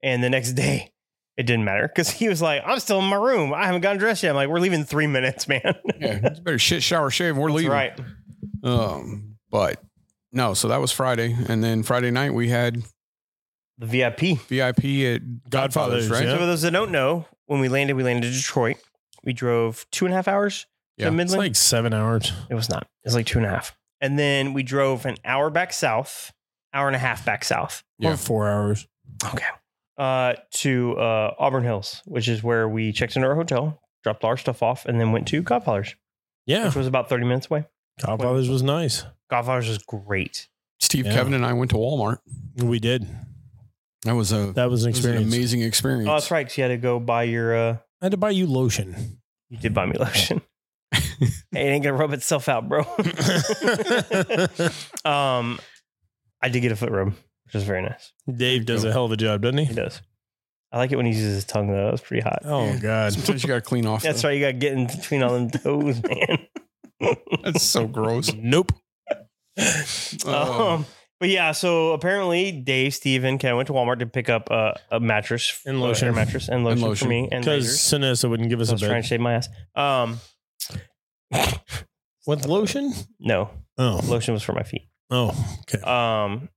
and the next day it didn't matter because he was like, "I'm still in my room. I haven't gotten dressed yet." I'm like, "We're leaving in three minutes, man."
yeah, it's better shit, shower, shave. and We're
That's
leaving.
right.
Um, but no, so that was Friday, and then Friday night we had
The VIP.
VIP
Godfather's,
at Godfather's, right?
yeah.
So for those that don't know, when we landed, we landed in Detroit. We drove two and a half hours
Yeah.
to
It's
It's
Midland.
like seven hours.
It was not. It was like two and a half. And then we drove an hour back south, hour and a half back south
Yeah.
Or four hours.
uh, to uh, Auburn Hills, which is where we checked into our hotel, dropped all our stuff off, and then went to Godfather's,
Yeah,
which was about 30 minutes away.
Godfather's was nice.
Godfather's was great.
Steve,
Yeah.
Kevin, and I went to Walmart.
We did.
That was a
That was an
it was an
experience.
amazing experience.
Oh, that's right. 'cause you had to go buy your, uh,
I had to buy you lotion.
you did buy me lotion. hey, it ain't going to rub itself out, bro. um, I did get a foot rub, which was very nice.
Dave does a hell of a job, doesn't
He
he?
does. I like it when he uses his tongue, though. That was pretty hot.
Oh
Yeah.
God.
Sometimes you got to clean off.
That's
the-
right. You got to get in between all them toes, man.
That's so gross. Uh,
Nope.
Oh.
Um, but yeah, so apparently Dave, Steve, and Ken went to Walmart to pick up uh, a mattress
And
uh,
lotion.
air mattress, and lotion,
lotion.
for me. And
Because
razors.
Sinessa wouldn't give us
I
a
was trying to
bed.
shave my ass. Um,
With lotion?
no,
Oh.
lotion was for my feet.
Oh. Okay.
Um,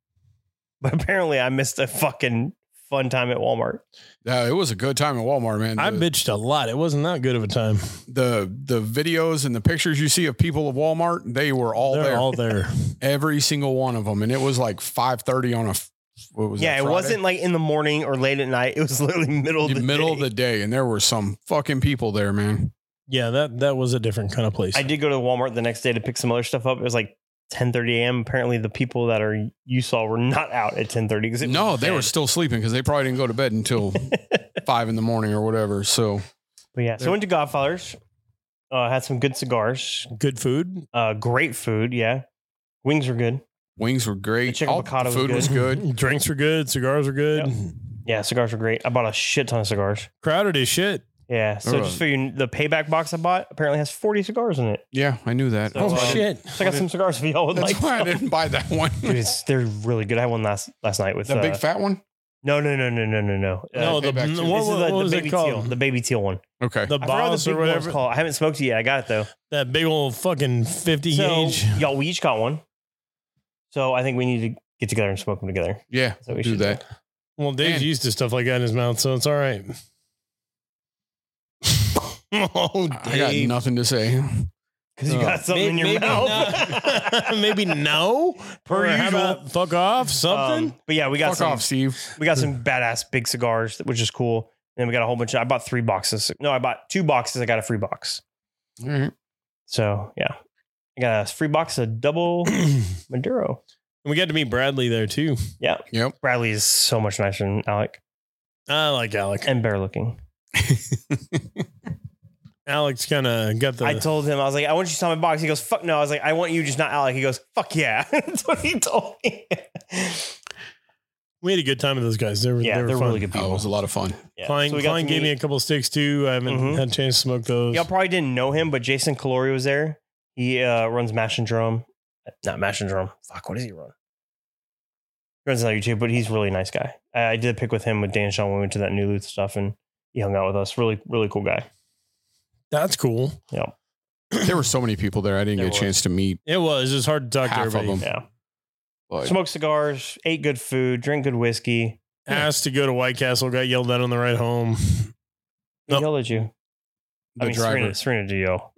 but apparently I missed a fucking fun time at Walmart.
Yeah, it was a good time at Walmart, man.
I
The-
bitched a lot. It wasn't that good of a time.
the the videos and the pictures you see of people of Walmart, they were all
They're
there,
all there.
every single one of them, and it was like five thirty on a f- what was
yeah,
that,
it
Friday?
wasn't like in the morning or late at night. It was literally middle of
The
the
middle
day.
of the day, and there were some fucking people there, man.
yeah, that that was a different kind of place.
I did go to Walmart the next day to pick some other stuff up. It was like 10:30 a.m. Apparently, the people that are you saw were not out at 10:30 because
No, they were still sleeping because they probably didn't go to bed until five in the morning or whatever. So
But yeah, so
They're-
went to Godfather's. Uh, had some good cigars.
Good food.
Uh, great food. Yeah, wings were good.
wings were great.
chicken
All
piccata
the
was
food
good.
was good.
Drinks were good. Cigars were good.
Yeah, cigars were great. I bought a shit ton of cigars.
Crowded as shit.
Yeah, so
Ugh.
just for you, the payback box I bought apparently has forty cigars in it.
Yeah, I knew that.
So,
That's
oh
why I
um,
didn't-
shit.
So I got some cigars if y'all would
That's
like.
why I
some.
didn't buy that one.
Dude, it's, they're really good. I had one last last night with
that
uh,
big fat one.
No, no, no, no, no, no, no. Uh,
no, the,
Payback too.
what, what-
this is the-
what
the,
was
baby
it called?
teal, the baby teal one.
Okay.
the
I forgot
boss
the
or
big one was
whatever.
called. I haven't smoked it yet. I got it though.
That big old fucking fifty
So
gauge.
y'all, we each got one. So I think we need to get together and smoke them together.
yeah,
So we
do
should
that.
Well, Dave's
Man.
used to stuff like that in his mouth, so it's all right. oh,
I got nothing to say.
because you
Uh,
got something in your mouth.
not- maybe no.
Per
Or how
usual.
about fuck off something.
Um, but yeah, we got
Fuck
some.
off, Steve.
We got some badass big cigars, which is cool. then we got a whole bunch. Of, I bought three boxes. No, I bought two boxes. I got a free box.
All right.
So yeah, I got a free box of double Maduro.
And we got to meet Bradley there too.
Yeah.
Yep.
Bradley is so much nicer than Alec
I like Alec.
and better looking.
Alex kind of got the.
I told him I was like, I want you to sign my box. He goes, fuck no. I was like, I want you, just not Alec. He goes, fuck yeah. That's what he told me.
we had a good time with those guys. They were,
yeah,
they were
they're
fun.
really good people.
Oh, it was a lot of fun.
Yeah.
Klein,
So we got
Klein
to
gave me a
meet-
couple sticks too. I haven't
Mhm.
had a chance to smoke those.
Y'all probably didn't know him, but Jason Calori was there. He uh, runs Mash and Drum. Not Mash and Drum. Fuck, what does he run? He runs on YouTube, but he's a really nice guy. I, I did a pick with him with Dan Shaw when we went to that new Luth stuff and he hung out with us. Really, really cool guy.
That's cool.
There were so many people there. I didn't
There
get a
was.
chance to meet.
It was. It's hard to talk
Half
to
of
everybody.
them.
Yeah.
Like,
Smoked cigars, ate good food, drank good whiskey.
Asked to go to White Castle, got yelled at on the ride home.
He
Nope.
yelled at you.
the
I mean,
driver.
Serena, Serena did yell.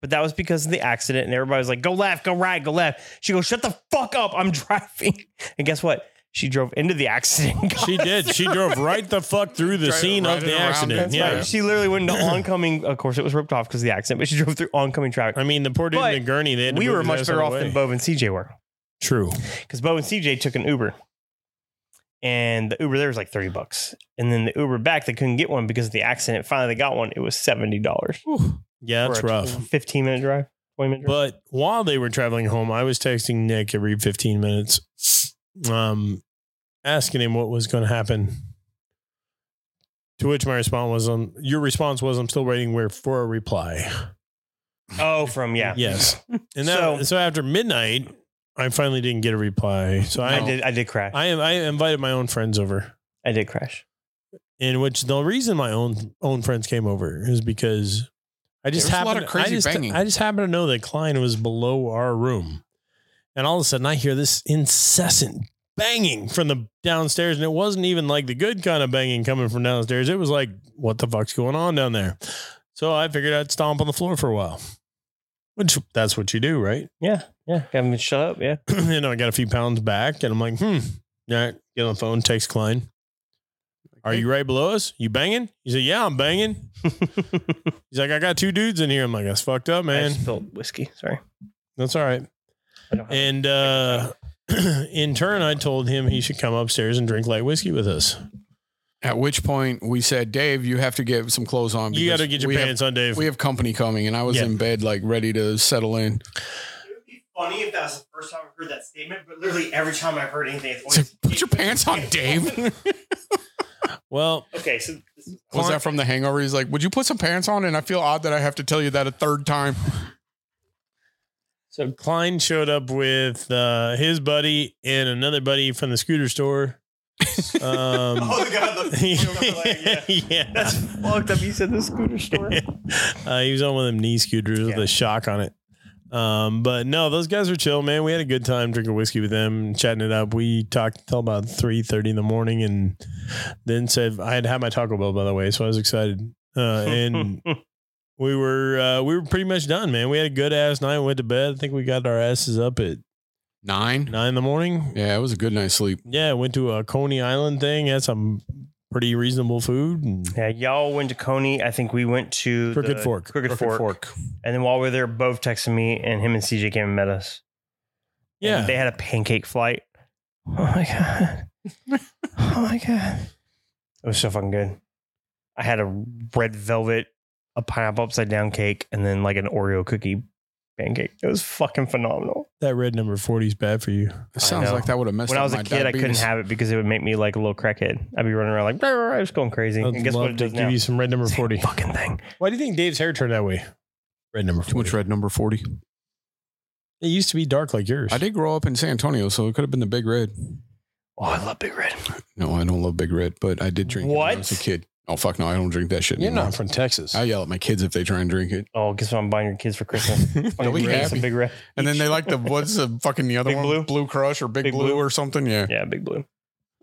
But that was because of the accident, and everybody was like, go left, go right, go left. She goes, shut the fuck up. I'm driving. And guess what? She drove into the accident.
She did. She drove right the fuck through the
Drive
scene
right
of the
around.
accident.
That's
Yeah.
right.
She literally went into oncoming. Of course, it was ripped off because of the accident, but she drove through oncoming traffic.
I mean, the poor dude
But
in the gurney. They had to
we
move
were
his
much
ass
better
out
off
of the
than
way.
Bo and CJ were
True.
because Bo and CJ took an Uber, and the Uber there was like thirty bucks, and then the Uber back they couldn't get one because of the accident. Finally, they got one. It was seventy dollars.
Yeah, that's rough.
Fifteen minute drive, twenty minute drive.
But while they were traveling home, I was texting Nick every 15 minutes, um, asking him what was going to happen. To which my response was, um, "Your response was, I'm still waiting where for a reply."
oh, from yeah,
Yes, and that, so,
So-
after midnight, I finally didn't get a reply. So
I
I,
did. I did crash. I,
I, I invited my own friends over.
did crash.
In which the reason my own own friends came over is because I just
There was a lot
happened
of crazy
I just,
banging.
I just happened to know that Klein was below our room. And all of a sudden I hear this incessant banging from the downstairs and it wasn't even like the good kind of banging coming from downstairs. It was like what the fuck's going on down there? So I figured I'd stomp on the floor for a while. Which that's what you do, right?
Yeah, yeah. Got me shut up. Yeah.
you know, I got a few pounds back and I'm like, hmm. All right, get on the phone, text Klein. Are you right below us? You banging? He said, Yeah, I'm banging. He's like, I got two dudes in here. I'm like, that's fucked up,
I
man.
spilled whiskey. Sorry.
That's all right.
I don't have-
And uh in turn I told him he should come upstairs and drink light whiskey with us.
At which point we said, Dave, you have to get some clothes on.
You
because
gotta get your
we have-
pants on, Dave.
we have company coming, and I was
Yeah.
in bed, like ready to settle in.
It would be funny if that was the first time I've heard that statement, but literally every time I've heard anything,
It's
it's
like, put your pants on, Dave.
well,
okay, so this is-
Was that from the hangover? He's like, Would you put some pants on? And I feel odd that I have to tell you that a third time.
so Klein showed up with uh his buddy and another buddy from the scooter store. Um
oh god, the, yeah.
yeah.
that's fucked up. You said the scooter store.
uh, he was on one of them knee scooters with
Yeah.
a shock on it. Um, but no, those guys were chill, man. We had a good time drinking whiskey with them, chatting it up. We talked till about three thirty in the morning, and then said I had had my Taco Bell by the way, so I was excited. Uh, and we were uh, we were pretty much done, man. We had a good ass night. Went to bed. I think we got our asses up at
Nine.
nine in the morning.
Yeah, it was a good night's sleep.
Yeah, went to a Coney Island thing. Had some pretty reasonable food. And
yeah, y'all went to Coney. I think we went to
Crooked
the-
Fork.
Crooked, Fork. And then while we were there, Bove texted me, and him and CJ came and met us. And
yeah,
they had a pancake flight. Oh my god! oh my god! It was so fucking good. I had a red velvet, a pineapple upside down cake, and then like an Oreo cookie pancake. It was fucking phenomenal.
that red number forty is bad for you.
It sounds
know.
like that would have messed
when
up
I was a
my
kid, I
diabetes.
couldn't have it because it would make me like a little crackhead. I'd be running around like, "Rah, rah, rah," just going crazy.
I'd
and guess
love
what? It
to
does
give
now?
you some red number
Same
forty.
fucking thing.
Why do you think Dave's hair turned that way? Red number
too much red number 40.
It used to be dark like yours.
I did grow up in San Antonio, so it could have been the Big Red.
Oh, I love Big Red.
No, I don't love Big Red, but I did drink it when I
What?
was a kid. Oh, fuck no, I don't drink that shit
You're
anymore.
not from Texas.
I yell at my kids if they try and drink it.
Oh, guess what? I'm buying your kids for Christmas.
They'll be
Fucking Red,
happy.
Big Red.
And then they like the what's the fucking the other
Big
one?
Blue?
Crush or Big,
Big
Blue,
Blue?
or something? Yeah.
Yeah, Big Blue.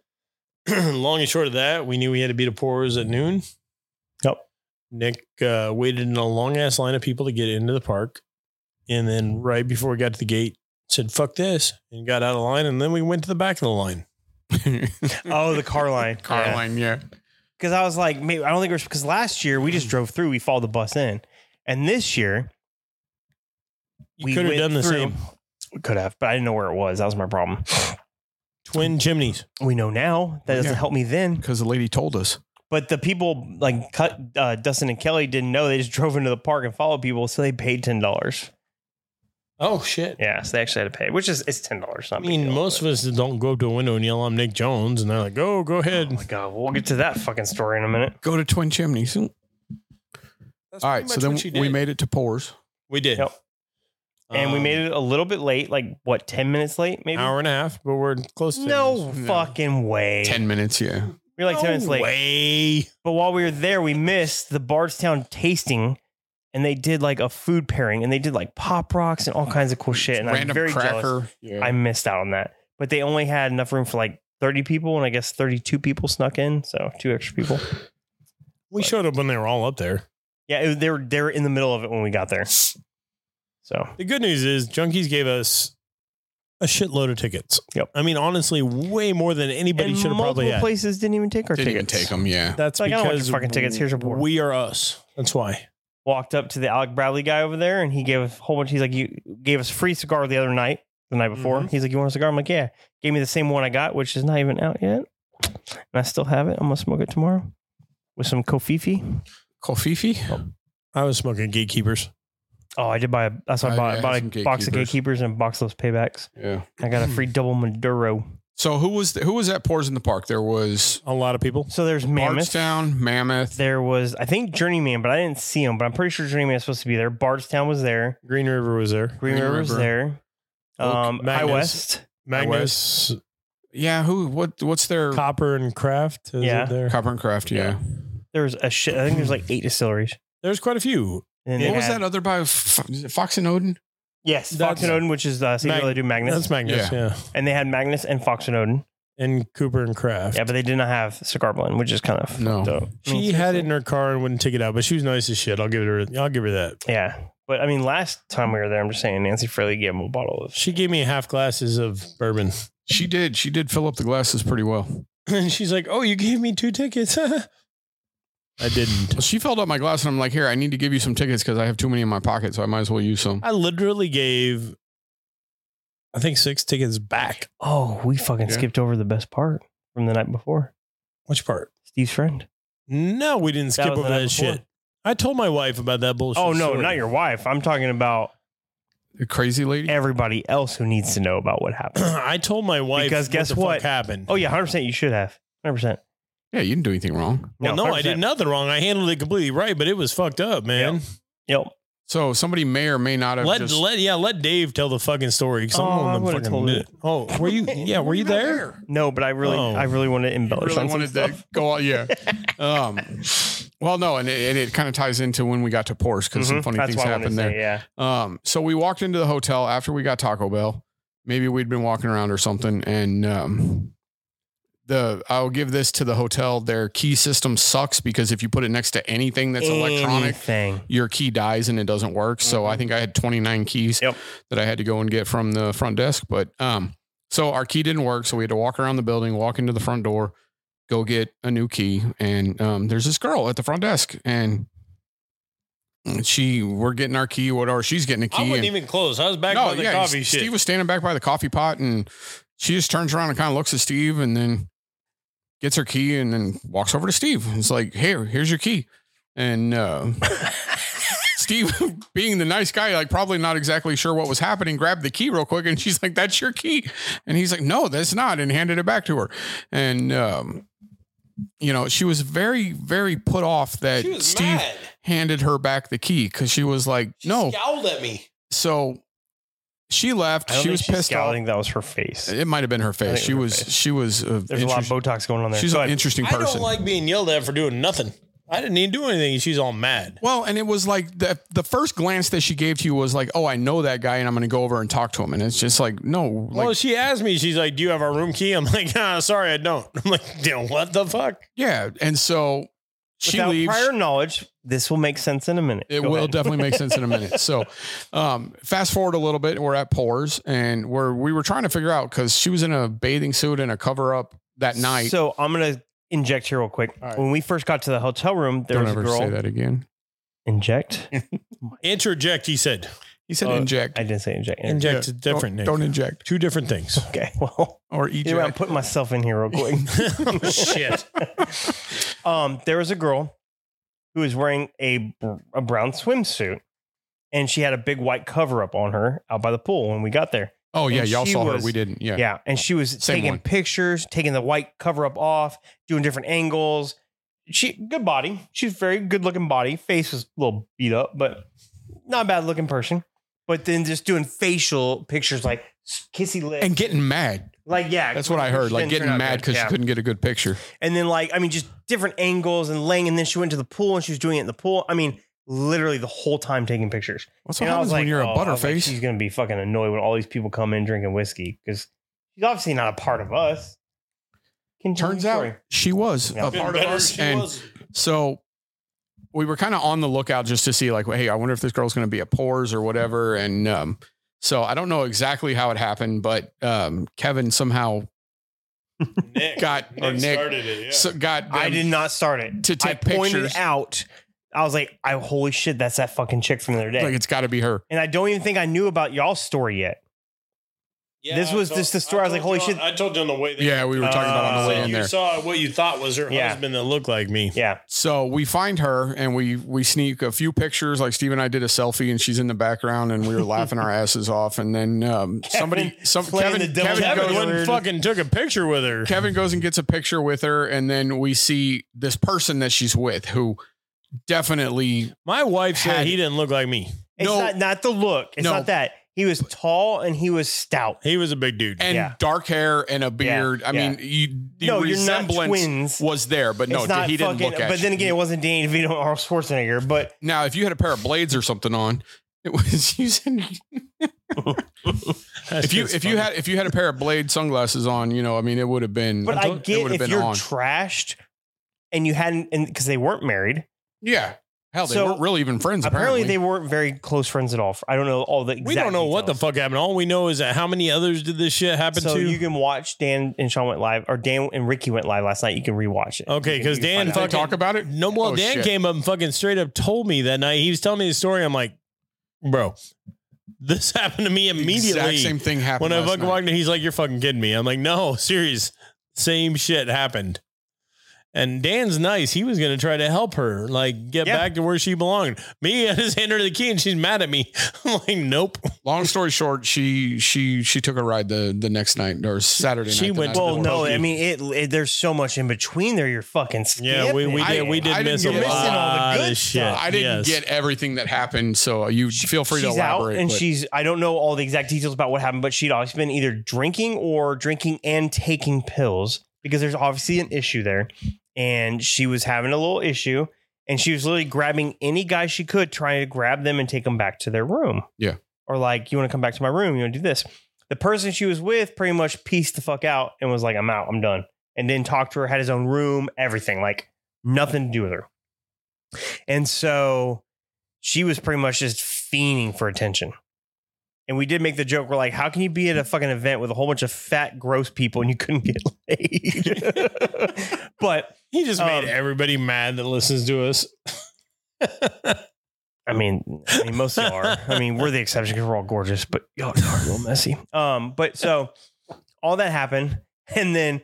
Long and short of that, we knew we had to beat a Poros at noon.
Yep.
Nick uh, waited in a long ass line of people to get into the park, and then right before we got to the gate, said "fuck this" and got out of line, and then we went to the back of the line.
Oh, the car line.
Carline, yeah.
because I was like, maybe I don't think it was because last year we just drove through, we followed the bus in, and this year
You could have
went
done the
through-
same.
We could have, but I didn't know where it was. That was my problem.
Twin chimneys.
We know now. That doesn't
Yeah.
help me then.
because the lady told us.
But the people like cut uh, Dustin and Kelly didn't know. They just drove into the park and followed people, so they paid ten dollars.
Oh shit.
Yeah, so they actually had to pay, which is it's ten dollars.
I mean, most of us don't go up to a window and yell, "I'm Nick Jones," and they're like, "Go, go ahead."
Oh my god, we'll get to that fucking story in a minute.
Go to Twin Chimneys. All right, so then we made it to Pours.
we did,
Yep. And we made it a little bit late, like what, ten minutes late,
an
maybe?
Um, hour and a half, but we're close. to
No
No.
fucking way.
Ten minutes, yeah.
We were like ten minutes
no
late.
way.
But while we were there, we missed the Bardstown tasting, and they did like a food pairing, and they did like pop rocks and all kinds of cool shit. And I'm
Random
very
cracker.
jealous. I missed out on that. But they only had enough room for like 30 people, and I guess 32 people snuck in, so two extra people.
We showed up when they were all up there.
Yeah, it, they were they were in the middle of it when we got there. So
The good news is Junkies gave us a shitload of tickets.
Yep.
I mean, honestly, way more than anybody
and
should have
multiple
probably had.
places didn't even take our
Didn't even
tickets.
take them, yeah.
That's
Like, I don't want your
because
fucking tickets. Here's your board.
We are us. That's why.
Walked up to the Alec Bradley guy over there, and he gave us a whole bunch. He's like, "You gave us free cigar the other night, the night before." He's like, "You want a cigar?" I'm like, "Yeah." Gave me the same one I got, which is not even out yet, and I still have it. I'm gonna smoke it tomorrow with some kofifi.
Kofifi?
I was smoking gatekeepers.
Oh, I did buy. A, that's what I
Oh,
bought.
yeah,
I bought a
some
box
gatekeepers.
of
Hmm.
gatekeepers and a box of those paybacks.
Yeah.
I got a free double Maduro.
So who was who was at Pours in the Park? There was
A lot of people.
So there's Mammoth.
Bardstown, Mammoth.
There was, I think, Journeyman, but I didn't see him. But I'm pretty sure Journeyman is supposed to be there. Bardstown was there.
Green River was there.
Green,
Green
River was
River.
there.
Oak,
Um, High
Magnus.
West.
Magnus,
Yeah, who what what's their
Copper, and Craft. Is
Yeah.
it there?
Copper and Craft, yeah.
There was a shit. I think there's like eight distilleries.
There's quite a few.
And
Yeah.
they
What was
had-
that other by F- is it Fox and Odin?
Yes, Fox
That's-
and Odin, which is uh, so you
Mag-
know they do Magnus,
That's Magnus. Yeah.
and they had Magnus and Fox and Odin.
And Cooper and Craft.
Yeah, but they did not have Cigar Blend, which is kind of
No.
fucked up. I mean,
She had it
seriously.
in her car and wouldn't take it out, but she was nice as shit. I'll give her. I'll give her that.
Yeah, but I mean, last time we were there, I'm just saying Nancy Fraley gave him a bottle of.
She gave me half glasses of bourbon,
She did. She did fill up the glasses pretty well.
and she's like, "Oh, you gave me two tickets." I didn't.
She filled up my glass and I'm like, here, I need to give you some tickets because I have too many in my pocket, so I might as well use
Uh,
some.
I literally gave, I think, six tickets back.
Oh, we fucking
Yeah.
skipped over the best part from the night before.
Which part?
Steve's friend.
No, we didn't
That
skip
was
over
the night
that
before.
shit. I told my wife about that bullshit.
Oh no,
story.
not your wife. I'm talking about
The crazy lady.
everybody else who needs to know about what happened.
I told my wife
Because guess
what, the
what?
fuck happened.
oh yeah, hundred percent. You should have hundred percent.
Yeah, you didn't do anything wrong.
well, no, I did nothing wrong. I handled it completely right, but it was fucked up, man.
Yep.
So somebody may or may not have
Let
just
let yeah, let Dave tell the fucking story. 'cause
Oh,
someone
I
them
would've
fucking
told
did
it.
it. Oh, were you? Yeah, were you there?
No, but I really,
Oh.
I really want to
You
embellish
really
on some
wanted
stuff.
to go all yeah. Um, well, no, and it, and it kind of ties into when we got to Porsche because some
Mhm.
funny
That's
things
what I wanted
happened
to
there.
say, yeah.
Um, so we walked into the hotel after we got Taco Bell. Maybe we'd been walking around or something, and um, the I'll give this to the hotel. Their key system sucks because if you put it next to anything that's electronic,
Anything.
your key dies and it doesn't work. So
Mm-hmm.
I think I had 29 keys
Yep.
that I had to go and get from the front desk. But um, so our key didn't work. So we had to walk around the building, walk into the front door, go get a new key. And um, there's this girl at the front desk and she, we're getting our key, whatever. She's getting a key.
I wasn't
and-
even close. I was back by the coffee
Steve
shit.
was standing back by the coffee pot and she just turns around and kind of looks at Steve and then gets her key and then walks over to Steve. And it's like, here, here's your key. And uh, Steve, being the nice guy, like probably not exactly sure what was happening, grabbed the key real quick and she's like, that's your key. And he's like, no, that's not. And handed it back to her. And, um, you know, she was very, very put off that
She was
Steve
mad.
handed her back the key because she was like,
She
no,
Scowled at me.
so she left.
I don't
She was pissed
scowling.
off. Uh,
That was her face.
It might have been her face.
think
She
it
was,
was her face.
she was. a
There's a lot of Botox going on there.
She's
Go
an
ahead.
interesting
I
person.
don't like being yelled at for doing nothing. I didn't even do anything. and She's all mad.
well, and it was like the the first glance that she gave to you was like, "Oh, I know that guy, and I'm going to go over and talk to him." And it's just like, no, like,
well, she asked me. She's like, "Do you have our room key?" I'm like, ah, "Sorry, I don't." I'm like, "Damn, what the fuck?"
yeah. And so she
Without
leaves.
prior knowledge, this will make sense in a minute.
It
Go
will
ahead.
definitely make sense in a minute. So, um, fast forward a little bit. We're at Pores, and we're we were trying to figure out because she was in a bathing suit and a cover up that night.
So I'm gonna inject here real quick.
All right.
When we first got to the hotel room, there
Don't
was a
ever
girl.
say that again.
Inject.
Interject, he said.
He said
Uh,
inject.
I didn't say inject.
Inject is
Don't-
different, Nick.
Don't, inject
Two different things.
Okay. Well,
or
anyway, I'm
eject.
putting myself in here real quick.
oh, shit.
um, there was a girl who was wearing a br- a brown swimsuit, and she had a big white cover up on her out by the pool when we got there.
Oh yeah,
and
y'all
she
saw
was-
her. We didn't. Yeah.
Yeah, and she was
Same
taking
one.
pictures, taking the white cover up off, doing different angles. She good body. She's very good looking body. Face was a little beat up, but not a bad looking person. But then just doing facial pictures like s- kissy lips,
And getting mad.
like yeah,
That's what I heard.
she
Like
didn't turn
getting
out
mad
good.
because
Yeah.
you couldn't get a good picture.
And then like I mean, just different angles and laying. And then she went to the pool and she was doing it in the pool. I mean, literally the whole time taking pictures.
What's what
And I
happens
was
when you're
oh,
a
I was like,
butterface?
she's gonna be fucking annoyed when all these people come in drinking whiskey because she's obviously not a part of us. Continue
Turns
the story.
out she was
Yeah.
a part of us, and so we were kind of on the lookout just to see, like, hey, I wonder if this girl's going to be a pores or whatever. And um, so I don't know exactly how it happened, but um, Kevin somehow
Nick.
Got- or Nick Nick.
started it.
so got
I
them-
did not start it.
to
I
take
pointed
pictures.
out. I was like, I holy shit, that's that fucking chick from the other day.
Like it's got to be her.
and I don't even think I knew about y'all's story yet. This was just the story. I was like, holy shit.
I told you on the way there.
Yeah, we were talking about on the
So
way in
Uh, you
there.
saw what you thought was her
Yeah.
husband that looked like me.
Yeah.
So we find her and we we sneak a few pictures. Like Steve and I did a selfie, and she's in the background, and we were laughing our asses off. And then um, somebody, some
playing
Kevin,
the devil's
Kevin,
Kevin
goes,
went and
Weird.
fucking took a picture with her.
Kevin goes and gets a picture with her, and then we see this person that she's with who definitely
My wife said
Had-
he didn't look like me.
It's
No.
not not the look. It's
No.
not that. He was tall and he was stout.
He was a big dude.
and
Yeah.
dark hair and a beard. I mean, you, the
no, you're not
resemblance
twins.
was there, but no,
it's not
he didn't
fucking,
look at.
but then
you.
again, it wasn't Danny DeVito or Arnold Schwarzenegger. But
now if you had a pair of blades or something on, it was using
That's
if you
just
if you
funny.
had if you had a pair of blade sunglasses on, you know, I mean, it would have been.
but
it
I
would
get
have
if
been
you're trashed and you hadn't and because they weren't married.
yeah. Hell, they
So,
weren't really even friends.
Apparently,
Apparently,
they weren't very close friends at all. I don't know all the. Exact
we don't know what the
details.
fuck happened. All we know is that how many others did this shit happen
So
to?
you can watch Dan and Sean went live, or Dan and Ricky went live last night. You can rewatch it.
Okay,
You can-
'cause
you
Dan
can find out.
Did they talk about it.
No, well,
Oh,
Dan
shit.
came up and fucking straight up told me that night. He was telling me the story. I'm like, bro, this happened to me
The exact
immediately.
same thing happened.
when I
last
fucking
night.
walked in, he's like, you're fucking kidding me. I'm like, no, serious. Same shit happened. And Dan's nice. He was going to try to help her, like get
Yeah.
back to where she belonged. Me, I just handed her the key and she's mad at me. I'm like, nope.
Long story short, she she she took a ride the the next night or Saturday.
She
night, the
went-
night
Well,
before.
no, I mean, it, it- There's so much in between there. You're fucking.
Yeah, we, we
I-
did. We did
I didn't
miss a
get-
lot
You're missing
all the good
of shit.
stuff.
I didn't
Yes.
get everything that happened, so you feel free to
she's
elaborate.
out and
but-
she's. I don't know all the exact details about what happened, but she'd always been either drinking or drinking and taking pills because there's obviously an issue there, and she was having a little issue, and she was literally grabbing any guy she could, trying to grab them and take them back to their room.
Yeah.
Or like, you want to come back to my room? You want to do this? The person she was with pretty much pieced the fuck out and was like, "I'm out. I'm done." and then talked to her, had his own room, everything, like nothing to do with her. And so she was pretty much just fiending for attention. And we did make the joke, we're like, how can you be at a fucking event with a whole bunch of fat, gross people and you couldn't get laid? but
He just made
Um,
everybody mad that listens to us.
I mean, I mean, most of you are. I mean, we're the exception because we're all gorgeous, but y'all are real messy. Um, but so all that happened, and then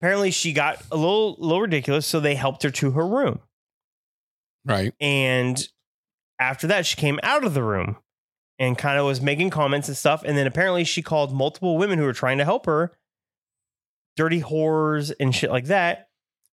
apparently she got a little, little ridiculous, so they helped her to her room.
right.
And after that, she came out of the room and kind of was making comments and stuff. And then apparently, she called multiple women who were trying to help her dirty whores and shit like that.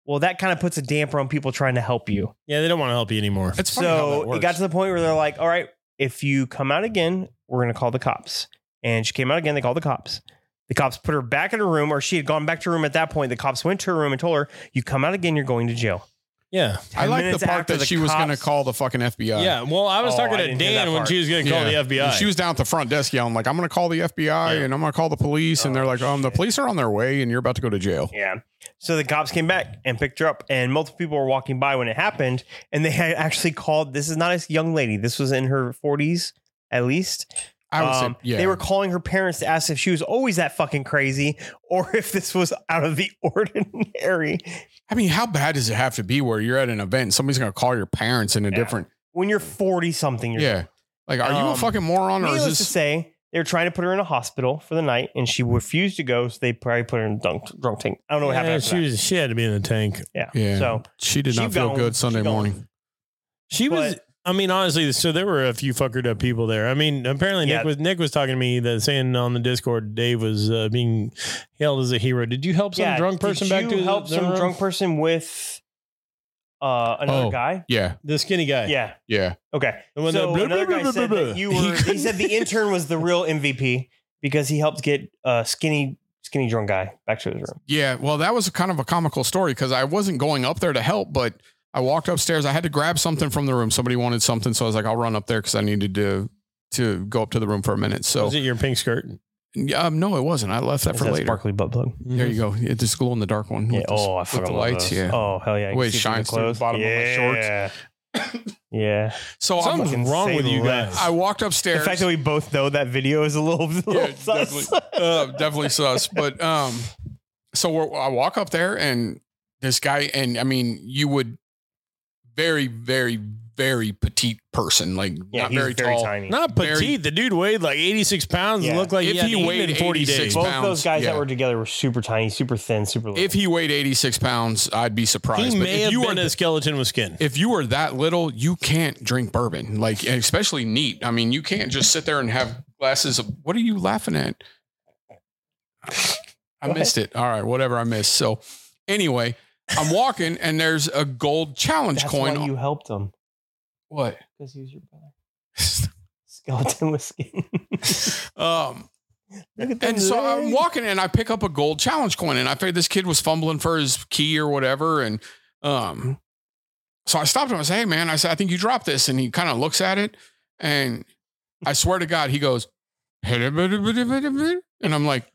Well, that kind of puts a damper on people trying to help you.
Yeah, they don't want to help you anymore.
It's funny how that
So
works.
it got to the point where they're like, all right, if you come out again, we're going to call the cops. And she came out again, they called the cops. The cops put her back in her room, or she had gone back to her room at that point. The cops went to her room and told her, you come out again, you're going to jail.
Yeah.
I
10
like
minutes
the part
after
that
the
she was going to
cops-
call the fucking FBI.
Yeah. Well, I was
Oh,
talking
I
to
didn't hear that
Dan when
part.
she was going to call
Yeah.
the FBI.
She was down at the front desk yelling like, "I'm going to call the FBI
Yeah.
and I'm going to call the police," and
Oh,
they're like, "Um, the
shit.
police are on their way, and you're about to go to jail."
Yeah. So the cops came back and picked her up, and multiple people were walking by when it happened, and they had actually called. This is not a young lady. This was in her forties, at least.
I would say,
Um,
yeah.
They were calling her parents to ask if she was always that fucking crazy or if this was out of the ordinary.
I mean, how bad does it have to be where you're at an event and somebody's going to call your parents in a
Yeah.
different?
When you're 40 something, you're
Yeah. Like, are you a
Um,
fucking moron or is
Needless to
this?
say, they were trying to put her in a hospital for the night, and she refused to go. So they probably put her in a drunk, drunk tank. I don't know what happened.
Yeah,
after
she was she had to be in the tank.
that. yeah.
Yeah.
So
she did
she
not feel
gone.
good Sunday
She gone.
morning.
She was.
But-
I mean, honestly, so there were a few fuckered up people there. I mean, apparently
Yeah.
Nick was Nick was talking to me that saying on the Discord Dave was uh, being hailed as a hero. Did you help some
yeah,
drunk person
did
back
you
to the-
help
the
some
room?
drunk person with uh, another
Oh.
guy.
Yeah.
the skinny guy?
Yeah.
Yeah.
Okay.
The one
so
that-
another guy said that you
He
were. He
couldn't-
said the intern was the real MVP because he helped get a skinny, skinny drunk guy back to his room.
Yeah. Well, that was kind of a comical story because I wasn't going up there to help, but I walked upstairs. I had to grab something from the room. Somebody wanted something. So I was like, I'll run up there because I needed to to go up to the room for a minute. So
Was it your pink skirt?
um, no, it wasn't. I left that
Is
for
that
later.
sparkly butt plug?
There you go. Yeah, this glow in the dark one.
Yeah.
with the-
Oh, I
with
fucking
the
love
lights.
those.
Yeah.
Oh hell yeah! You
Way
can
it
see through the
shines through the
clothes.
bottom of my
yeah. yeah.
So I'm,
Something's
fucking
wrong with
say
you
less.
guys.
I walked upstairs.
The fact that we both know that video is a little, a little
Yeah,
sus.
uh, definitely sus. But um, so we're, I walk up there, and this guy, and I mean, you would very, very, very petite person, like
Yeah,
not
he's
very,
very
tall.
tiny.
Not
Very-
petite. the dude weighed like eighty six pounds.
Yeah.
and Looked like
If
he, had
he
eaten
weighed
in forty
86
days.
pounds.
Both those guys
yeah.
that were together were super tiny, super thin, super little.
If he weighed 86 pounds, I'd be surprised.
he
But
may
if
have
you
been
are
a skeleton with skin.
if you are that little, you can't drink bourbon, like and especially neat. I mean, you can't just sit there and have glasses of. What are you laughing at? I
What?
missed it. All right, whatever I missed. So, anyway, I'm walking and there's a gold challenge
That's
coin.
why you helped him
what?
because he was your brother. Skeleton with skin.
Um,
Look at
and
them
so uh, I'm
legs.
walking and I pick up a gold challenge coin and I figured this kid was fumbling for his key or whatever. And um, so I stopped him. I said, Hey man, I said, I think you dropped this. And he kind of looks at it and I swear to God, he goes, and I'm like,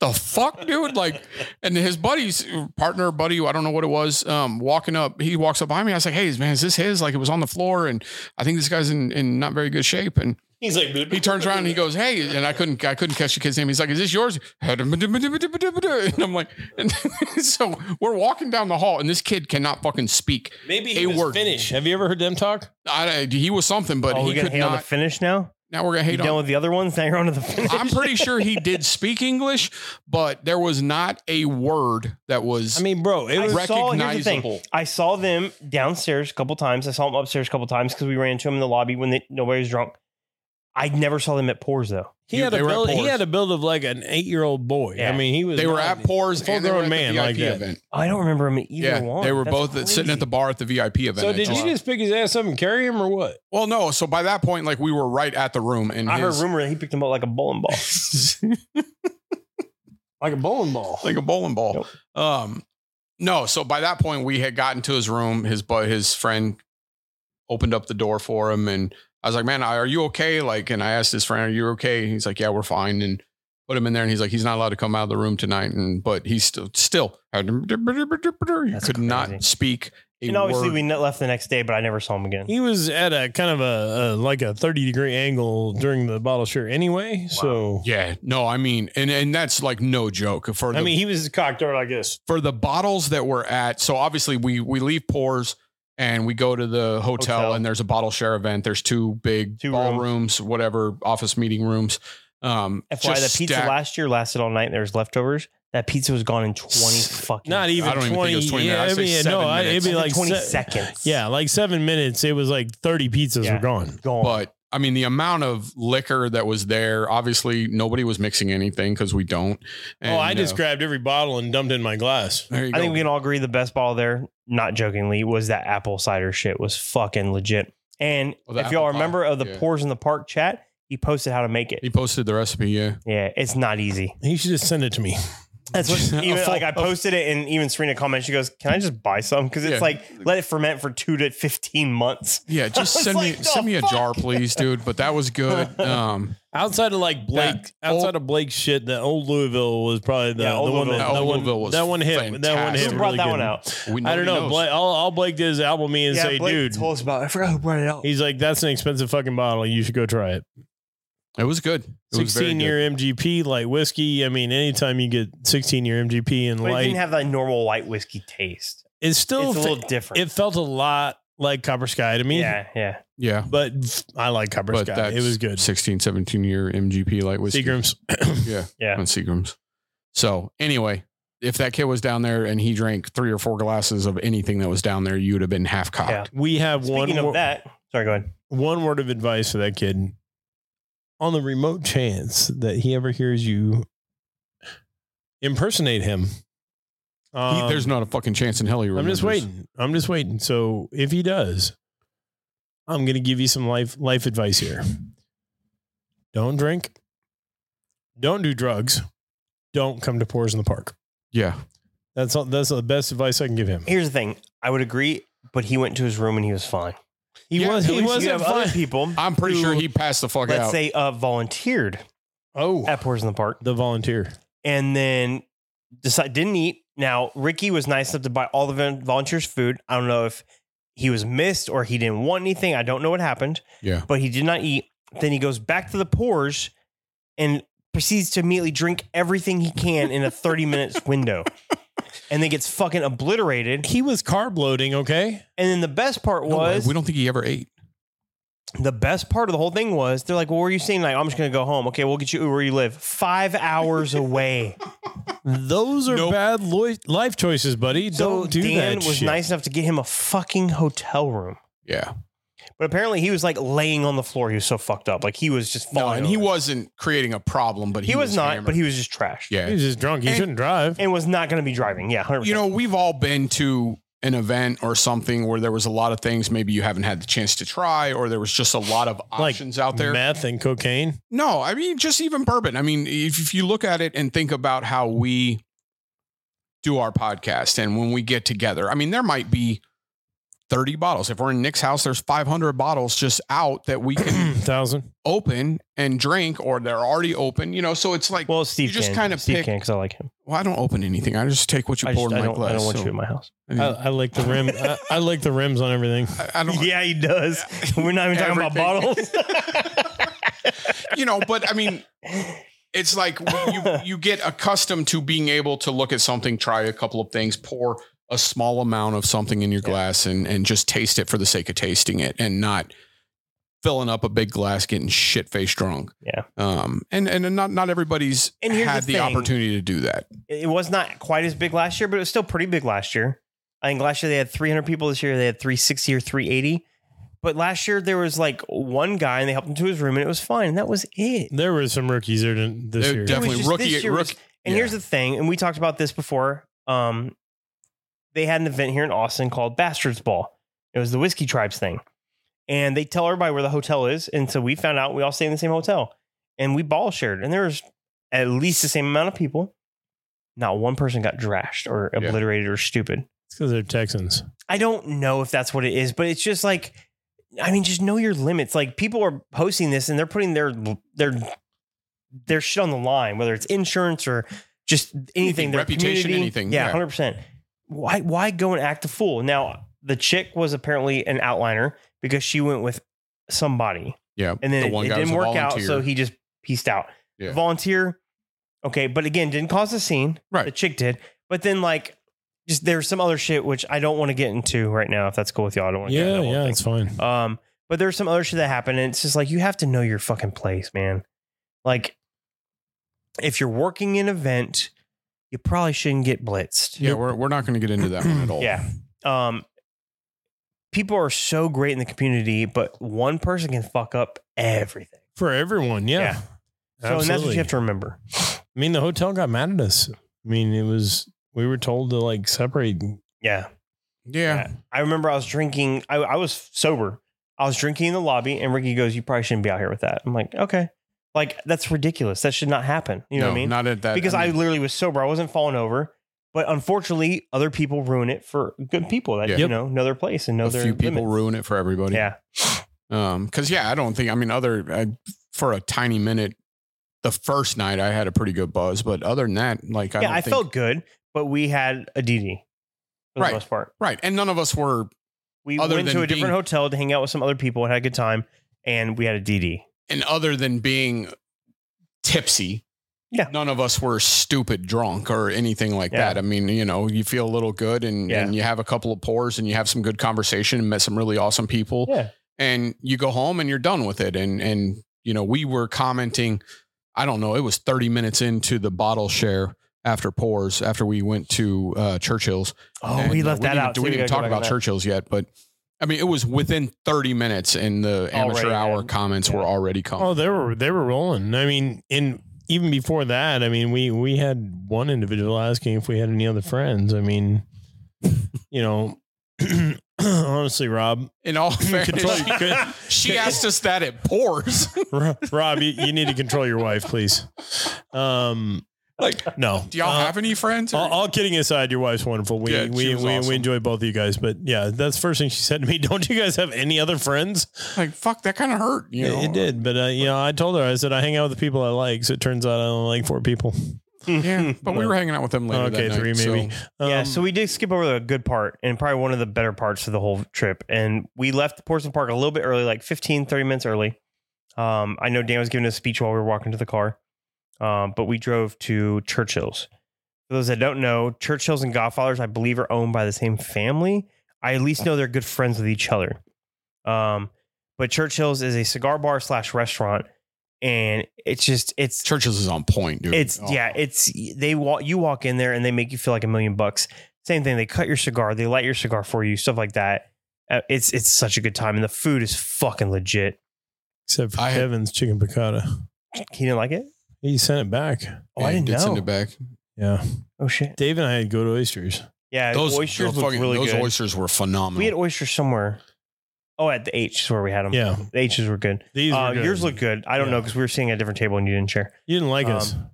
the fuck, dude? Like, and his buddy's partner, buddy, I don't know what it was, um, walking up, he walks up behind me. I was like, Hey, man, is this his? Like, it was on the floor. And I think this guy's in, in not very good shape. And
He's like,
he turns around and he goes, "Hey!" And I couldn't, I couldn't catch the kid's name. He's like, "Is this yours?" And I'm like, and so we're walking down the hall, and this kid cannot fucking speak.
maybe
A
he was
word.
Finnish.
Have you ever heard them talk?
I, he was something, but
Oh,
he
we got
could
hate on the
not.
finish now.
Now we're gonna
you
hate
done
on.
with the other ones. Now you're on to the finish.
I'm pretty sure he did speak English, but there was not a word that was.
I mean, bro, it
I
was
saw, here's the
recognizable.
thing. I saw them downstairs a couple times. I saw them upstairs a couple times because we ran into them in the lobby when they, nobody was drunk. I never saw them at Pores though.
he
You-
had a
they were at
build. He
Pores.
had a build of like an eight year old boy.
Yeah.
I mean, he was.
they were
not-
at Pores
full
and they were
grown
at
man
the
like
VIP
that.
event.
Oh, I don't remember them at either
Yeah,
one.
they were
That's
both sitting at
crazy.
the bar at the VIP event.
So did
It's-
you just pick his ass up and carry him or what?
Well, no. So by that point, like we were right at the room, and
I heard
his-
rumor that he picked him up like a bowling ball.
Like a bowling ball.
like a bowling ball. Um, no, so by that point we had gotten to his room. His but his friend opened up the door for him, and I was like, "Man, are you okay?" Like, and I asked his friend, "Are you okay?" And he's like, "Yeah, we're fine." And put him in there, and he's like, "He's not allowed to come out of the room tonight." And but he still still he could
crazy.
not speak. A
and obviously,
word.
we ne- left the next day, but I never saw him again.
He was at a kind of a, a like a thirty degree angle during the bottle shirt anyway. So
yeah, no, I mean, and and that's like no joke for the
I mean, he was cocked over like this.
for the bottles that we're at. So obviously we we leave pours and we go to the hotel,
Hotel.
and there's a bottle share event. There's two big
Two
ballrooms, whatever office meeting rooms. Um,
FYI, the
just
pizza
stacked-
last year lasted all night. and There was leftovers. That pizza was gone in twenty fucking.
Not even
I don't even think
twenty.
it was 20
yeah, I
minutes. I'd say
mean, no,
seven
I, it'd
minutes.
be like
twenty
se-
seconds.
Yeah, like seven minutes. It was like thirty pizzas
Yeah.
were gone.
gone.
but I mean the amount of liquor that was there. Obviously, nobody was mixing anything because we don't.
oh, I just
uh,
grabbed every bottle and dumped it in my glass.
there you go.
I think we can all agree the best ball there, not jokingly, was that apple cider shit was fucking legit. And
Oh, the
if y'all
apple pie,
remember of the
yeah.
Pours in the Park chat, he posted how to make it.
he posted the recipe. Yeah,
Yeah, it's not easy.
He should just send it to me.
That's
A
what even
full-
like I posted it, and even Serena commented. She goes, "Can I just buy some? Because it's
Yeah.
like let it ferment for two to fifteen months."
yeah. Just
I was
send
like,
me
the
send me a
fuck?
jar, please, dude. But that was good. Um,
Outside of like Blake,
That
outside
old-
of Blake's shit, that old Louisville was probably the,
Yeah,
the
old
one that,
Louisville.
that
Old
one
Louisville was
that one hit that one
fantastic.
hit.
Who brought
really
that
good.
one out?
we,
I don't
nobody
know.
knows.
Blake, all, all Blake did is elbow me and say, "Dude,
us about. It. I forgot who brought it out.
He's like, that's an expensive fucking bottle. You should go try it.
It was good. It was very
16
good.
year MGP light whiskey. I mean, anytime you get 16 year MGP and
But it
light,
didn't have that normal light whiskey taste.
it's still
it's a
fe-
little different.
it felt a lot like Copper Sky to me.
yeah, yeah.
Yeah.
But f- I like Copper
But
Sky.
that's
It was good.
16, 17 year MGP light whiskey.
Seagram's.
Yeah.
Yeah.
On Seagram's. So anyway, if that kid was down there and he drank three or four glasses of anything that was down there, you would have been half cocked.
Yeah.
We have
Speaking
one
of
wor-
that, sorry, go ahead.
one word of advice for that kid. On the remote chance that he ever hears you impersonate him,
He-
um,
there's not a fucking chance in hell he
I'm
remembers.
just waiting. I'm just waiting. So if he does, I'm going to give you some life life advice here. Don't drink. Don't do drugs. Don't come to Pours in the Park.
Yeah.
That's all, that's the best advice I can give him.
Here's the thing. I would agree, but he went to his room and he was fine.
He
Yeah,
was
At
he
least you
wasn't
have other
fine.
people.
I'm pretty
who,
sure he passed the fuck
let's
out.
say uh, volunteered
Oh,
at Pours in the Park
the volunteer.
and then decide didn't eat. Now Ricky was nice enough to buy all the vol- volunteers food. I don't know if he was missed or he didn't want anything. I don't know what happened.
Yeah.
but he did not eat. Then he goes back to the pores and proceeds to immediately drink everything he can in a 30 minutes window. And then gets fucking obliterated.
He was carb loading, okay?
And then the best part
No,
was
we don't think he ever ate.
the best part of the whole thing was they're like, "Well, where are you staying?" Like, I'm just gonna go home. Okay, we'll get you where you live, five hours away.
Those are
Nope.
bad lo- life choices, buddy.
so
Don't do
Dan
that.
was
shit.
nice enough to get him a fucking hotel room,
Yeah.
but apparently he was like laying on the floor. He was so fucked up, like he was just
No,
falling.
and he
over.
wasn't creating a problem, but
he,
he,
was, not,
hammered.
but he was just trashed.
He
yeah.
was just drunk. He
And-
shouldn't drive.
and was not gonna be driving. Yeah, hundred.
You know, we've all been to an event or something where there was a lot of things maybe you haven't had the chance to try, or there was just a lot of
Like
options out there.
Meth and cocaine.
No, I mean just even bourbon. I mean, if, if you look at it and think about how we do our podcast and when we get together, I mean, there might be 30 bottles. If we're in Nick's house, there's 500 bottles just out that we can
Thousand.
open and drink, or they're already open. You know, so it's like, well,
Well, Steve
just
can.
kinda
Steve
pick-
can because I like him.
I don't open anything. I just take what you
I,
pour in
just, I
my
don't.
glass.
I don't want
so,
you in my house.
I, mean,
I, I like the rim. I, I like the rims on everything.
I- I don't.
Yeah, he does. We're not even talking about bottles.
Everything. you know, but I mean, it's like you you get accustomed to being able to look at something, try a couple of things, pour a small amount of something in your glass, and and just taste it for the sake of tasting it, and not filling up a big glass, getting shit faced drunk.
Yeah.
Um. And and not not everybody's
And here's
had the,
the thing.
opportunity to do that.
it it was not quite as big last year, but it was still pretty big last year. I think last year they had 300 people. This year they had 360 or 380. But last year there was like one guy and they helped him to his room and it was fine. And that was it.
There were some rookies there didn't- this
There
year.
It was
Definitely
just-
rookie-
this year was-
rookie-
and
yeah.
here's the thing, and we talked about this before. Um, they had an event here in Austin called Bastards Ball. It was the Whiskey Tribes thing, and they tell everybody where the hotel is. And so we found out we all stay in the same hotel, and we ball shared. And there was at least the same amount of people. Not one person got drashed or
Yeah.
obliterated or stupid.
It's because they're Texans.
I don't know if that's what it is, but it's just like, I mean, just know your limits. Like people are posting this and they're putting their their their shit on the line, whether it's insurance or just anything,
Anything,
their
reputation,
community.
anything,
Yeah,
yeah.
hundred percent. Why why go and act a fool? Now the chick was apparently an outliner because she went with somebody,
Yeah.
and then
the
it,
one
it
guy was
didn't
a
work out,
volunteer.
so he just pieced out.
Yeah.
Volunteer, okay, but again, didn't cause a scene.
Right.
the chick did, but then like just there's some other shit which I don't want to get into right now. If that's cool with y'all, I don't want to.
Yeah,
get into
yeah, it's fine.
Thing. Um, but there's some other shit that happened, and it's just like you have to know your fucking place, man. Like, if you're working an event, you probably shouldn't get blitzed.
yeah, we're we're not going to get into that one at all.
Yeah. Um, people are so great in the community, but one person can fuck up everything.
For everyone, yeah.
Yeah. So, and that's what
Absolutely.
you have to remember.
I mean, the hotel got mad at us. I mean, it was we were told to like separate.
Yeah.
Yeah.
I remember I was drinking. I, I was sober. I was drinking in the lobby, and Ricky goes, "You probably shouldn't be out here with that." I'm like, "Okay, like that's ridiculous. That should not happen." You know
no,
what I mean?
Not at that
because I,
mean,
literally was sober. I wasn't falling over, but unfortunately, other people ruin it for good people that
Yeah.
you know know their place and know
a
their
few people
limits.
ruin it for everybody.
Yeah,
Um, cause yeah, I don't think, I mean, other, I, for a tiny minute, the first night I had a pretty good buzz, but other than that, like, I,
yeah.
don't
I
think-
felt good, but we had a DD for
Right.
the most part.
right. And none of us were,
We
Other
went
than
to a different
being-
hotel to hang out with some other people and had a good time, and we had a DD.
and other than being tipsy,
Yeah.
none of us were stupid drunk or anything like
Yeah.
that. I mean, you know, you feel a little good and,
Yeah.
and you have a couple of pours and you have some good conversation and met some really awesome people.
Yeah.
And you go home and you're done with it. And and you know, we were commenting, I don't know, it was 30 minutes into the bottle share after pours after we went to uh Churchill's.
Oh,
And,
we
uh,
left that
didn't-
out.
We didn't talk about
church.
Churchill's yet, but I mean, it was within 30 minutes, and the amateur
Already,
hour
yeah.
comments
Yeah.
were already coming.
Oh, they were they were rolling. I mean, and even before that, I mean, we we had one individual asking if we had any other friends. I mean, you know, honestly, Rob,
In all
control,
fairness,
con-
she asked us that at pours.
Ro- Rob, you, you need to control your wife, please. Um,
like,
no,
do y'all
Uh,
have any friends?
All, all kidding aside, your wife's wonderful. We
Yeah, she
we,
was
we,
awesome.
we enjoy both of you guys, but yeah, that's the first thing she said to me. Don't you guys have any other friends?
like, fuck, that kind of hurt. You
It-
know?
it did, but uh, you know, I told her I said I hang out with the people I like. So it turns out I only like four people.
Yeah, but we were hanging out with them later.
Okay,
that night,
three
so-
maybe.
yeah, so we did skip over a good part and probably one of the better parts of the whole trip. And we left Portsmouth Park a little bit early, like 15, 30 minutes early. Um, I know Dan was giving a speech while we were walking to the car, um, but we drove to Churchill's. For those that don't know, Churchill's and Godfathers, I believe, are owned by the same family. I at least know they're good friends with each other. Um, but Churchill's is a cigar bar slash restaurant, and it's just it's
Churchill's is on point, dude.
it's
Oh.
yeah, it's they walk you walk in there and they make you feel like a million bucks. Same thing, they cut your cigar, they light your cigar for you, stuff like that. Uh, It's it's such a good time and the food is fucking legit.
Except for
I had-
Kevin's chicken piccata.
He didn't like it?
He sent it back.
Oh, I
Yeah,
didn't
did send
know.
it back.
Yeah.
Oh shit.
Dave and I had good oysters.
Yeah,
Those
oysters
those
look
fucking-
really
those
good.
oysters were
we had
phenomenal.
oysters somewhere. Oh, at the H is where we had them.
Yeah.
the H's were good.
These
Uh,
were good.
Yours look good. I don't
Yeah.
know because we were sitting at a different table and you didn't share.
You didn't like us.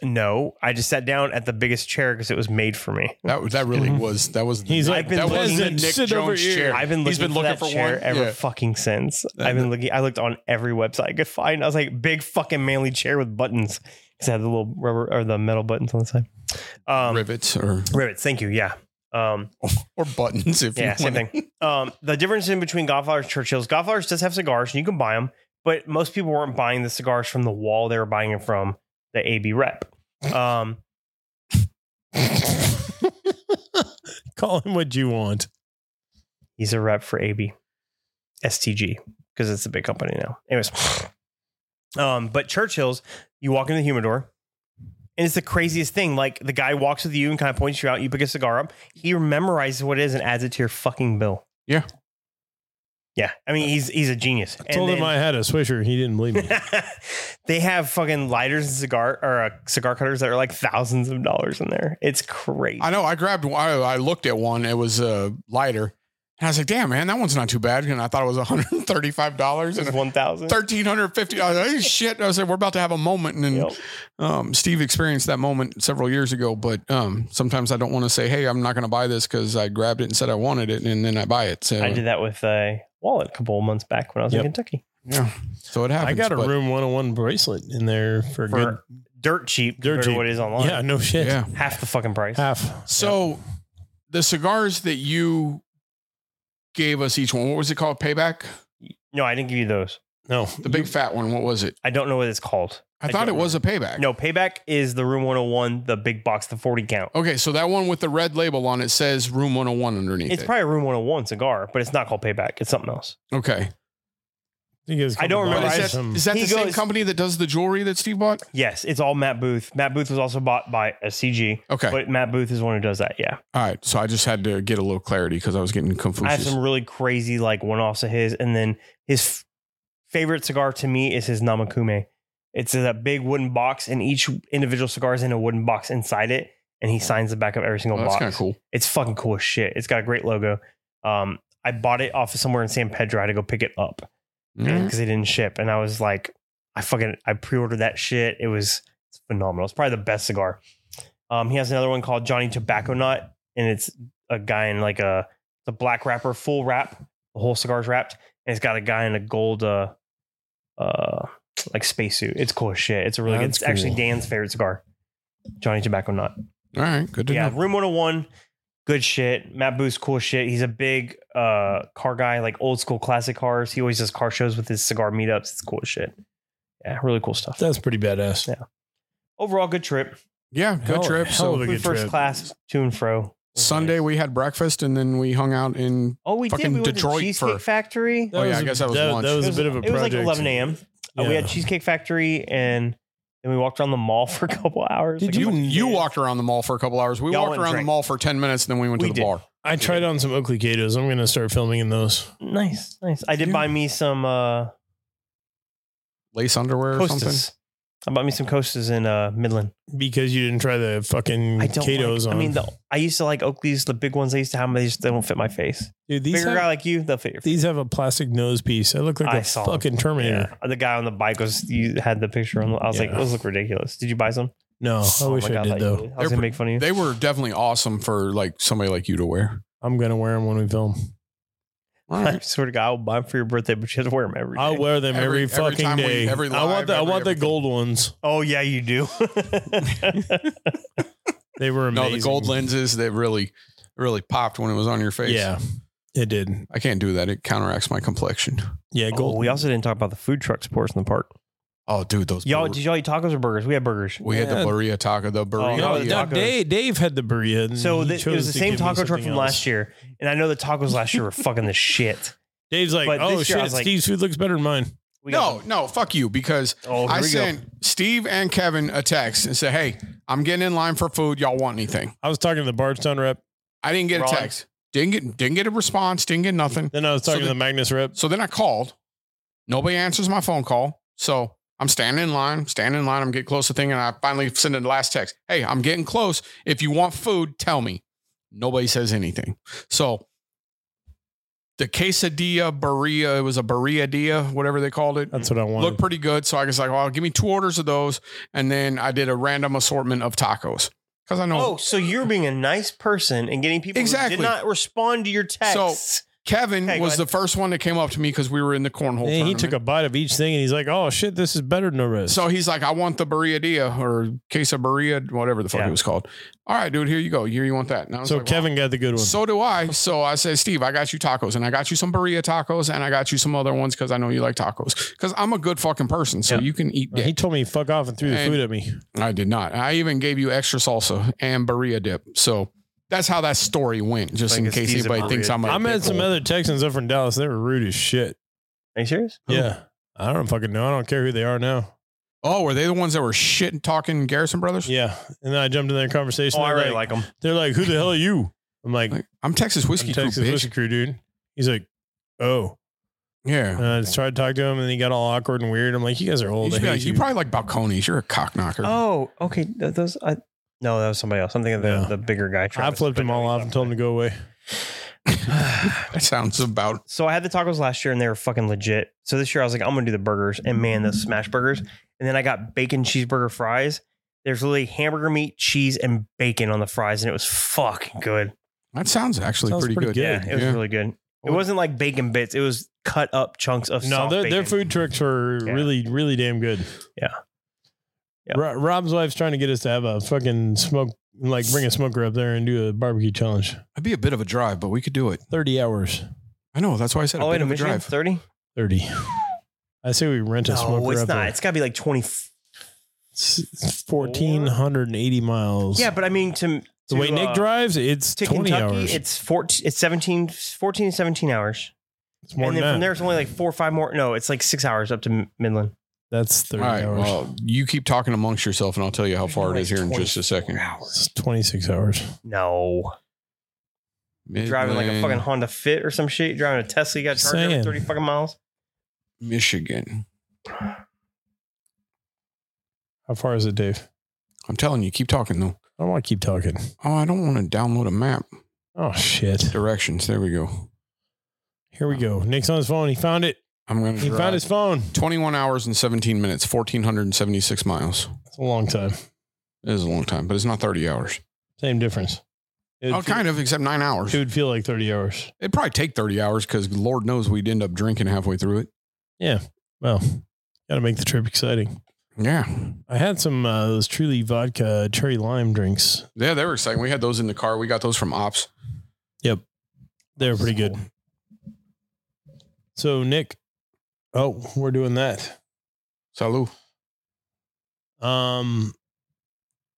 Um, No, I just sat down at the biggest chair because it was made for me.
That that really
Mhm.
was that was the,
He's
I've
like,
been
that was the
"Peasant,
Nick
sit over
Jones
here."
chair.
I've been looking
He's been
for
looking
that
for
chair
one.
ever
Yeah.
fucking since. I've been looking. I looked on every website I could find. I was like, big fucking manly chair with buttons because I had the little rubber or the metal buttons on the side. Um,
rivets or
rivets. Thank you. Yeah. Um,
or buttons if
yeah.
you
Same
want.
thing. Um, the difference in between Godfather's and Churchill's. Godfather's does have cigars and you can buy them, but most people weren't buying the cigars from the wall. They were buying it from the AB rep. Um,
Call him what you want.
he's a rep for AB STG because it's a big company now. Anyways, um, but Churchill's, you walk into the humidor, and it's the craziest thing. Like the guy walks with you and kind of points you out. You pick a cigar up. He memorizes what it is and adds it to your fucking bill.
Yeah.
yeah. I mean, he's he's a genius.
I told him I had a swisher. He didn't believe me.
they have fucking lighters and cigar or uh, cigar cutters that are like thousands of dollars in there. It's crazy.
I know. I grabbed one. I I looked at one. It was a lighter. And I was like, damn, man, that one's not too bad. And I thought it was $135
It's
and
one thousand.
$1,350. I was like, hey, shit. I said, we're about to have a moment. And then
Yep.
um, Steve experienced that moment several years ago. But um, sometimes I don't want to say, hey, I'm not going to buy this because I grabbed it and said I wanted it. And then I buy it. So,
I did that with a wallet a couple of months back when I was
Yep.
in Kentucky.
yeah. so it happens.
I got a
but,
room 101 bracelet in there for, a good.
For dirt cheap
Dirt
dirt
cheap.
what it is online.
Yeah, no shit.
Yeah.
Half the fucking price.
Half.
So the cigars that you gave us each one, what was it called? Payback?
No, I didn't give you those.
No.
The big fat one. What was it?
I don't know what it's called.
I,
I
thought it
don't
was a payback.
No, payback is the room 101, the big box, the 40 count.
Oh,
Okay, so that one with the red label on it says Room 101 underneath
It's
it.
probably a room 101 cigar, but it's not called payback. It's something else.
okay.
I, think it was a
I don't
couple
remember.
bucks.
But
I
is that,
Some-
is that
He
the same
goes-
company that does the jewelry that Steve bought?
Yes, it's all Matt Booth. Matt Booth was also bought by SCG,
Okay.
but Matt Booth is the one who does that. Yeah.
All right. So I just had to get a little clarity because I was getting
I have
confused.
some really crazy like one offs of his, and then his f- favorite cigar to me is his Namakume. It's in a big wooden box, and each individual cigar is in a wooden box inside it, and he signs the back of every single
Well, that's
box.
kind of cool.
It's fucking cool as shit. It's got a great logo. Um, I bought it off of somewhere in San Pedro. I had to go pick it up because
Mm.
they didn't ship, and I was like, I fucking I pre-ordered that shit. It was phenomenal. It's probably the best cigar. Um, he has another one called Johnny Tobacco Nut, and it's a guy in like a the black wrapper, full wrap, the whole cigar's wrapped, and it's got a guy in a gold uh uh like spacesuit. It's cool as shit. It's a really good.
That's
It's actually
cool.
Dan's favorite cigar, Johnny Tobacco Nut
All right. Good to
yeah,
know.
Room 101, good shit. Matt Booth's cool shit. He's a big uh car guy, like old school classic cars. He always does car shows with his cigar meetups. It's cool as shit. yeah, really cool stuff.
That's pretty badass.
Yeah. Overall, good trip.
Yeah, good
Hell-
trip.
hell
So
of a
Flew
good
first
trip.
class to and fro.
Sunday we had breakfast and then we hung out in
Oh, we did.
fucking
We went
Detroit
to Cheesecake
for-
Factory.
Oh, yeah, I guess that was
that,
lunch.
That was,
It was-
a bit of a
It was like
project.
11 a.m. Uh, we
Yeah.
had Cheesecake Factory and then we walked around the mall for a couple hours.
Did
Like,
you
a bunch of
you
kids.
walked around the mall for a couple hours. We
Y'all
walked
went
around the
drank.
mall for ten minutes and then we went
We
to the
did.
bar.
I tried on some Oakley Gatos. I'm going to start filming in those.
Nice, nice. I did
Yeah.
buy me some uh,
Lace underwear or something.
Costas. I bought me some Costas in uh, Midland.
because you didn't try the fucking
I don't.
Mm, Kato's
like,
on.
I mean, the, I used to like Oakley's, the big ones. I used to have, but they just they don't fit my face.
Dude, these
Bigger guy
have,
like you, they'll fit your face.
these have a plastic nose piece. I look like
I
a
saw
fucking Terminator.
Yeah. The guy on the bike was you had the picture on. I was like,
Yeah.
those look ridiculous. Did you buy some?
No, I
Oh
wish
my
I
God,
did
thought
though.
you I was
They're
gonna make fun of you.
They were definitely awesome for like somebody like you to wear.
I'm gonna wear them when we film.
All
I
right.
swear to God, I'll buy them for your birthday, but you have to wear them every day.
I'll wear them every,
Every- every
fucking
time we-
day.
every
I want
live,
the I
every
want the
everything.
gold ones.
oh yeah, you do.
They were amazing.
No, the gold lenses that really really popped when it was on your face.
Yeah, it did.
I can't do that. It counteracts my complexion.
Yeah,
oh,
gold.
we also didn't talk about the food trucks sports in the park.
Oh, dude, those
Y'all,
bur-
did y'all eat tacos or burgers? We had burgers.
we had
Yeah.
the burrito taco, the burrito.
no,
the
yeah.
no,
tacos.
Dave, Dave had the burrito. and
So
he
th- it was
chose
the
to
same
give me
taco truck
something
from
else.
last year, and I know the tacos last year were fucking the shit.
Dave's like,
But
oh
this year I
shit,
was like-
Steve's food looks better than mine.
We got
no, no, fuck you because
some- oh, here
I
we go.
sent Steve and Kevin a text and said, "Hey, I'm getting in line for food. Y'all want anything?"
I was talking to the Bardstown rep.
I didn't get a
Wrong.
text. Didn't get didn't get a response. Didn't get nothing.
Then I was
So
talking to
the-
the Magnus rep.
So then I called. Nobody answers my phone call. So I'm standing in line, standing in line. I'm getting close to the thing, and I finally send in the last text. Hey, I'm getting close. If you want food, tell me. Nobody says anything. So the quesadilla burrilla, it was a burrilla, whatever they called it.
That's what I wanted.
Looked pretty good. So I was like, well, give me two orders of those. And then I did a random assortment of tacos. Because I know
Oh, so you're being a nice person and getting people
Exactly.
who did not respond to your texts.
Kevin
Okay, go
was
ahead.
the first one that came up to me because we were in the cornhole.
And he
tournament.
took a bite of each thing and he's like, oh shit, this is better than the rest.
So he's like, I want the burrilla or quesaburria, whatever the fuck
Yeah.
it was called. All right, dude, here you go. Here you want that. And I was
So
like,
Kevin got the good
"Wow."
one.
So do I. So I said, Steve, I got you tacos and I got you some burrilla tacos and I got you some other ones because I know you like tacos. Because I'm a good fucking person. So
Yeah.
you can eat
Uh, He
dick.
told me fuck off and threw the
And-
food at me.
I did not. I even gave you extra salsa and burrilla dip. So that's how that story went, just
Like
in
it's
case
these
anybody
burrilla
thinks I'm a
I met some
dickhole.
other Texans up from Dallas. They were rude as shit.
Are you serious?
Yeah. I don't fucking know. I don't care who they are now.
Oh, were they the ones that were shit talking Garrison Brothers?
Yeah. And then I jumped in their conversation.
Oh, I
they're,
really
like,
like them.
they're like, who the hell are you? I'm like,
Like, I'm Texas
I'm
Whiskey Crew,
Texas
bitch.
Whiskey Crew, dude. He's like, oh.
Yeah.
And I just tried to talk Uh, to him and he got all awkward and weird. I'm like, you guys are
You,
old. I
should be
hate
like, you
you.
probably like balconies. You're a cock knocker.
Oh, okay. Th- Those. I, no, that was somebody else. I'm thinking of the,
Yeah.
the bigger guy.
I
Travis,
flipped
but
him
no,
all
he's
off
not.
and told him to go away.
that sounds about.
So I had the tacos last year and they were fucking legit. So this year I was like, I'm gonna do the burgers and man, those smash burgers. And then I got bacon cheeseburger fries. There's literally hamburger meat, cheese, and bacon on the fries, and it was fucking good.
That sounds actually
Sounds
pretty,
pretty
good.
good.
Yeah, it was
Yeah.
really good. It
Would-
wasn't like bacon bits; it was cut up chunks of
No,
soft
their, their
bacon.
food trucks were
Yeah.
really, really damn good.
Yeah. Yeah.
Ro- Rob's wife's trying to get us to have a fucking smoke, like bring a smoker up there and do a barbecue challenge.
It'd be a bit of a drive, but we could do it.
30 hours.
I know. That's why I said
Oh,
a
wait
bit
a
of a
Michigan
drive.
thirty?
30. I say we rent a
No,
smoker
it's
up
not.
there.
It's got to be like twenty. f-
It's 1,480 miles.
Yeah, but I mean, to,
The way
to,
Nick
uh,
drives, it's
to
20
Kentucky,
hours.
it's fourteen. It's 17, 14 to seventeen hours,
It's more
and
than
then from
that.
there it's only like four or five more. No, it's like six hours up to M- Midland.
That's 30
All right.
hours.
Well, you keep talking amongst yourself, and I'll tell you how far it is here in just a second.
It's 26 hours.
No. driving like a
Midland,
fucking Honda Fit or some shit. Driving a Tesla, you got
Just
charged every
saying.
thirty fucking miles.
Michigan.
How far is it, Dave?
I'm telling you, keep talking though.
I don't want to keep talking.
Oh, I don't want to download a map.
Oh, shit.
Directions. There we go.
Here we go. Nick's on his phone. He found it.
I'm gonna.
He
drive.
found his phone.
21 hours and 17 minutes, 1476 miles.
It's a long time.
It is a long time, but it's not 30 hours.
Same difference. It
Oh, kind of, except nine hours.
It would feel like 30 hours.
It'd probably take 30 hours because Lord knows we'd end up drinking halfway through it.
Well, got to make the trip exciting.
Yeah.
I had some uh, those truly vodka cherry lime drinks.
Yeah, they were exciting. We had those in the car. We got those from Ops.
They were pretty good. So, Nick, oh, we're doing that.
Salud.
Um,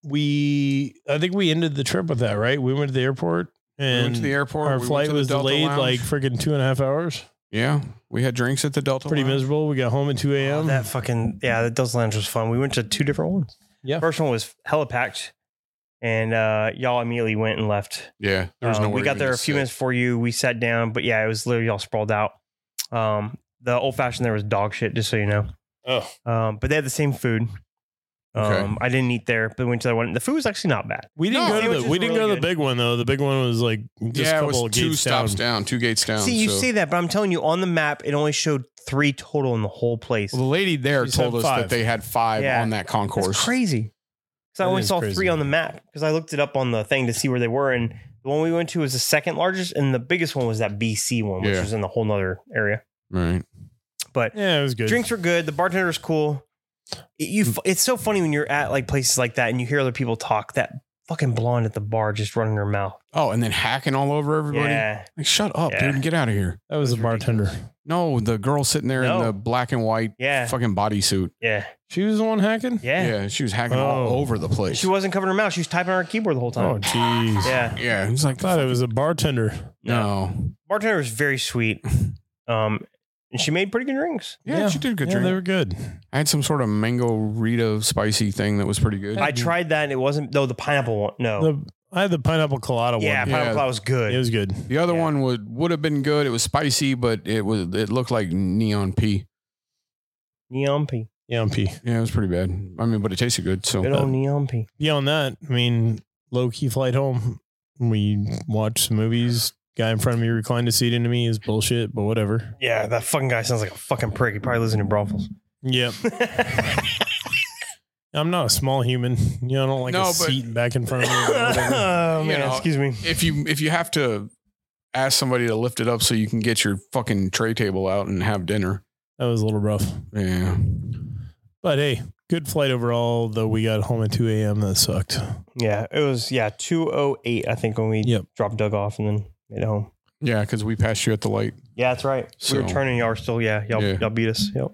we I think we ended the trip with that, right? We went to the airport
we
and
went to the airport.
our
we went
flight
to the
was
Delta
delayed
Lounge.
like freaking two and a half hours.
yeah, we had drinks at the Delta.
Pretty
Lounge.
miserable. We got home at two
Oh,
a.m.
that fucking yeah, that Delta Lounge was fun. We went to two different ones.
Yeah.
first one was hella packed, and uh, y'all immediately went and left.
Yeah, there was
Um,
no.
we got there a few minutes before you. We sat down, but yeah, it was literally all sprawled out. Um, the old fashioned there was dog shit, just so you know.
oh,
Um, but they had the same food. Um,
Okay.
I didn't eat there, but went to that one. The food was actually not bad.
we didn't
No,
go
it was
to the
just
we didn't go
really
to the
good.
big one though. The big one was like just
yeah,
a
it
couple
was
of
two
gates down.
stops down. two gates down.
See, you
so-
say that, but I'm telling you, on the map, it only showed three total in the whole place.
Well, the lady there
She said
told us
five.
that they had five
Yeah.
on that
That's
concourse.
crazy. Because I
That
only
is
saw
crazy.
three on the map because I looked it up on the thing to see where they were. And the one we went to was the second largest, and the biggest one was that BC one, which
Yeah.
was in a whole nother area.
Right.
But
Yeah, it was good.
drinks were good. The bartender was cool. It- you, f- it's so funny when you're at like places like that and you hear other people talk. That fucking blonde at the bar just running her mouth.
Oh, and then hacking all over everybody.
Yeah,
Like, shut up,
Yeah.
dude, and get out of here.
that was a bartender.
No, the girl sitting there
No.
in the black and white
yeah,
fucking bodysuit.
yeah,
She was the one hacking.
Yeah.
yeah,
she was hacking all
Oh.
over the place.
She wasn't covering her mouth. She was typing on her keyboard the whole
Oh,
time.
jeez.
yeah,
yeah, it was like,
Thought it was a bartender.
no.
bartender was very sweet. Um, and she made pretty good drinks.
Yeah, she did a good
yeah,
drink.
They were good.
I had some sort of mango Rita spicy thing that was pretty good.
I tried that and it wasn't. No, the pineapple one. No,
The, I had the pineapple colada
Oh. yeah,
one.
Yeah.
pineapple pie was good.
It was good.
the other
Yeah.
one would would have been good. It was spicy, but it was it looked like neon pea.
neon pea.
Yeah, P.
Yeah, it was pretty bad. I mean, but it tasted good. So
Good old neon pea.
beyond that, I mean, low key flight home. We watched some movies. Guy in front of me reclined his seat into me is bullshit, but whatever.
Yeah, that fucking guy sounds like a fucking prick. He probably lives in brothels.
Yep. I'm not a small human. You know, I don't like
No,
a
but-
seat back in front of me. or whatever.
oh man,
You know,
excuse me.
if you if you have to ask somebody to lift it up so you can get your fucking tray table out and have dinner.
that was a little rough.
Yeah.
But hey, good flight overall, though we got home at 2 a.m. That sucked.
Yeah, it was yeah two oh eight. I think when we
Yep.
dropped Doug off and then made it home.
Yeah, because we passed you at the light.
Yeah, that's right. we were
So-
turning. Y'all were still yeah. Y'all
Yeah.
y'all beat us. Yep.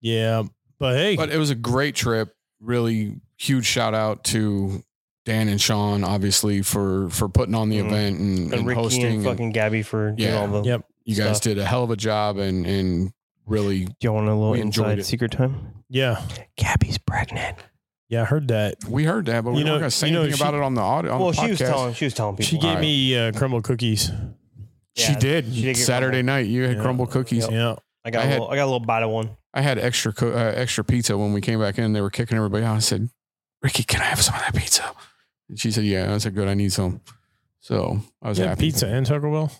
Yeah. But hey,
But it was a great trip. Really huge shout out to Dan and Sean, obviously, for for putting on the
Mhm.
event and,
And,
and
Ricky
hosting.
and
and
fucking Gabby for doing
Yeah.
all the.
Yep.
you guys
stuff.
did a hell of a job and and really
Do y'all want a little
We enjoyed
inside
it.
secret time?
yeah.
Gabby's pregnant.
Yeah, I heard that.
we heard that, but we
You know-
weren't gonna say
you know,
anything
she-
about it on the audio on
well,
the
she was
podcast.
telling. She was telling people.
She gave me uh, crumble cookies.
she
Yeah,
did.
she did get
Saturday
crumble.
night, you had
Yeah.
crumble cookies.
Yeah.
I got.
I
a
had-
little, I got a little bite of one.
I had extra co- uh, extra pizza when we came back in. They were kicking everybody out. I said, "Ricky, can I have some of that pizza?" And she said, "Yeah." I said, "Good, I need some." So I was
Yeah,
happy.
pizza and Taco Bell.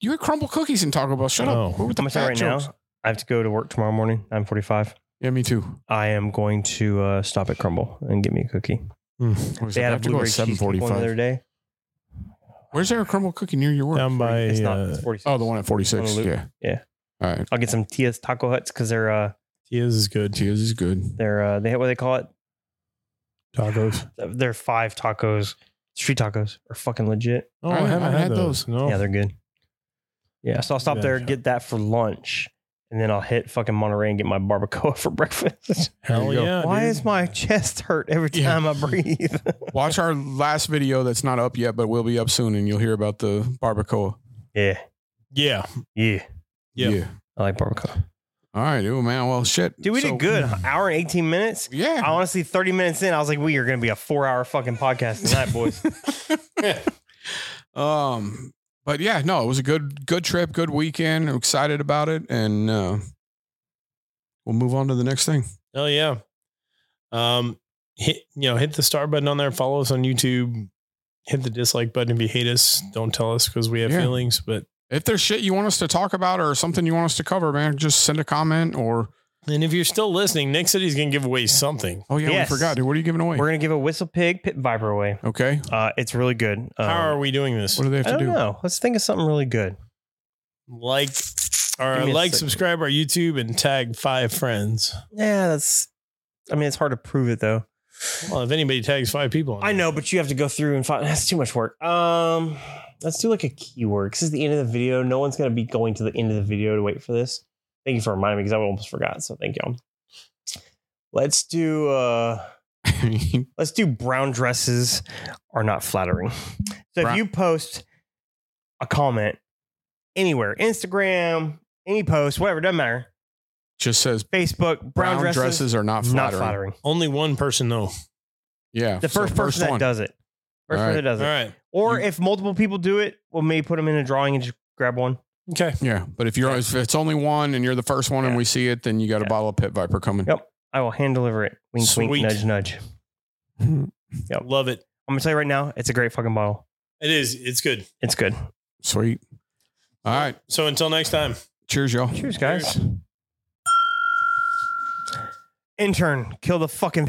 You had crumble cookies in Taco Bell. Shut
Oh.
up. What with
I'm
the
gonna tell
fat
you right
jokes?
now. I have to go to work tomorrow morning. I'm 45.
Yeah, me too.
I am going to uh, stop at Crumble and get me a cookie.
Mm.
What was
They
it? I
had a
have to go
blueberry
at seven
cheesecake one the other
forty-five.
day.
Where's there a crumble cookie near your work?
Down by.
it's not.
uh,
It's 46.
Oh, the one at forty-six.
On the loop.
Yeah.
Yeah.
All right.
I'll get some Tia's Taco Huts because they're uh
Tia's is good.
Tia's is good.
they're uh they what do they call it
Tacos.
they're five tacos street tacos are fucking legit.
Oh,
I haven't had those.
No.
Yeah, they're good. Yeah, so I'll stop
Yeah,
there,
sure.
get that for lunch, and then I'll hit fucking Monterey and get my barbacoa for breakfast.
Hell
There you go.
yeah.
Why
dude.
is my chest hurt every
Yeah.
time I breathe?
Watch our last video that's not up yet, but will be up soon, and you'll hear about the barbacoa.
yeah,
Yeah.
yeah,
Yeah.
I like barbacoa.
All right, dude, man. Well, shit.
Dude, we
So- mm,
did good. An hour and 18 minutes.
Yeah.
I honestly, 30 minutes in, I was like, we are going to be a four hour fucking podcast tonight, boys.
um, but yeah, no, it was a good good trip, good weekend. I'm excited about it, and uh, we'll move on to the next thing.
Hell Oh, yeah. Um, hit you know hit the star button on there. Follow us on YouTube. Hit the dislike button if you hate us. Don't tell us because we have
Yeah.
feelings. But
If there's shit you want us to talk about or something you want us to cover, man, just send a comment or
and if you're still listening, Nick said he's gonna give away something.
oh yeah,
Yes.
we forgot, dude. What are you giving away?
We're going to give a Whistle Pig Pit Viper away.
okay,
Uh, it's really good. Um,
How are we doing this?
what do they have
I
to
don't
do?
know. Let's think of something really good.
Like, or
Give me a
like,
second.
subscribe our YouTube and tag five friends.
Yeah, that's, I mean, it's hard to prove it though.
Well, if anybody tags five people, on
I
it.
know, but you have to go through and find. That's too much work. Um, let's do like a keyword. 'cause This is the end of the video. No one's gonna be going to the end of the video to wait for this. Thank you for reminding me because I almost forgot. So thank y'all. Let's do uh let's do brown dresses are not flattering. So if
Brown-
you post a comment anywhere, Instagram, any post, whatever, doesn't matter.
Just says
Facebook,
brown
brown,
dresses,
dresses,
are not
not
flattering.
flattering.
Only one person though.
Yeah.
The
so
first person that
one.
does it.
All
First person
right.
that does
All
it.
right.
Or if multiple people do it, we'll maybe put them in a drawing and just grab one.
Okay.
Yeah, but if you're if it's only one and you're the first one and
Yeah.
we see it, then you got a
Yeah.
bottle of Pit Viper coming.
Yep. I will hand deliver it. Wink,
Sweet.
wink, nudge, nudge. I'm
Love it.
gonna tell you right now, it's a great fucking bottle.
It is. It's good.
It's good.
Sweet. All right.
So until next time.
Cheers, y'all.
Cheers, guys. Intern, kill the fucking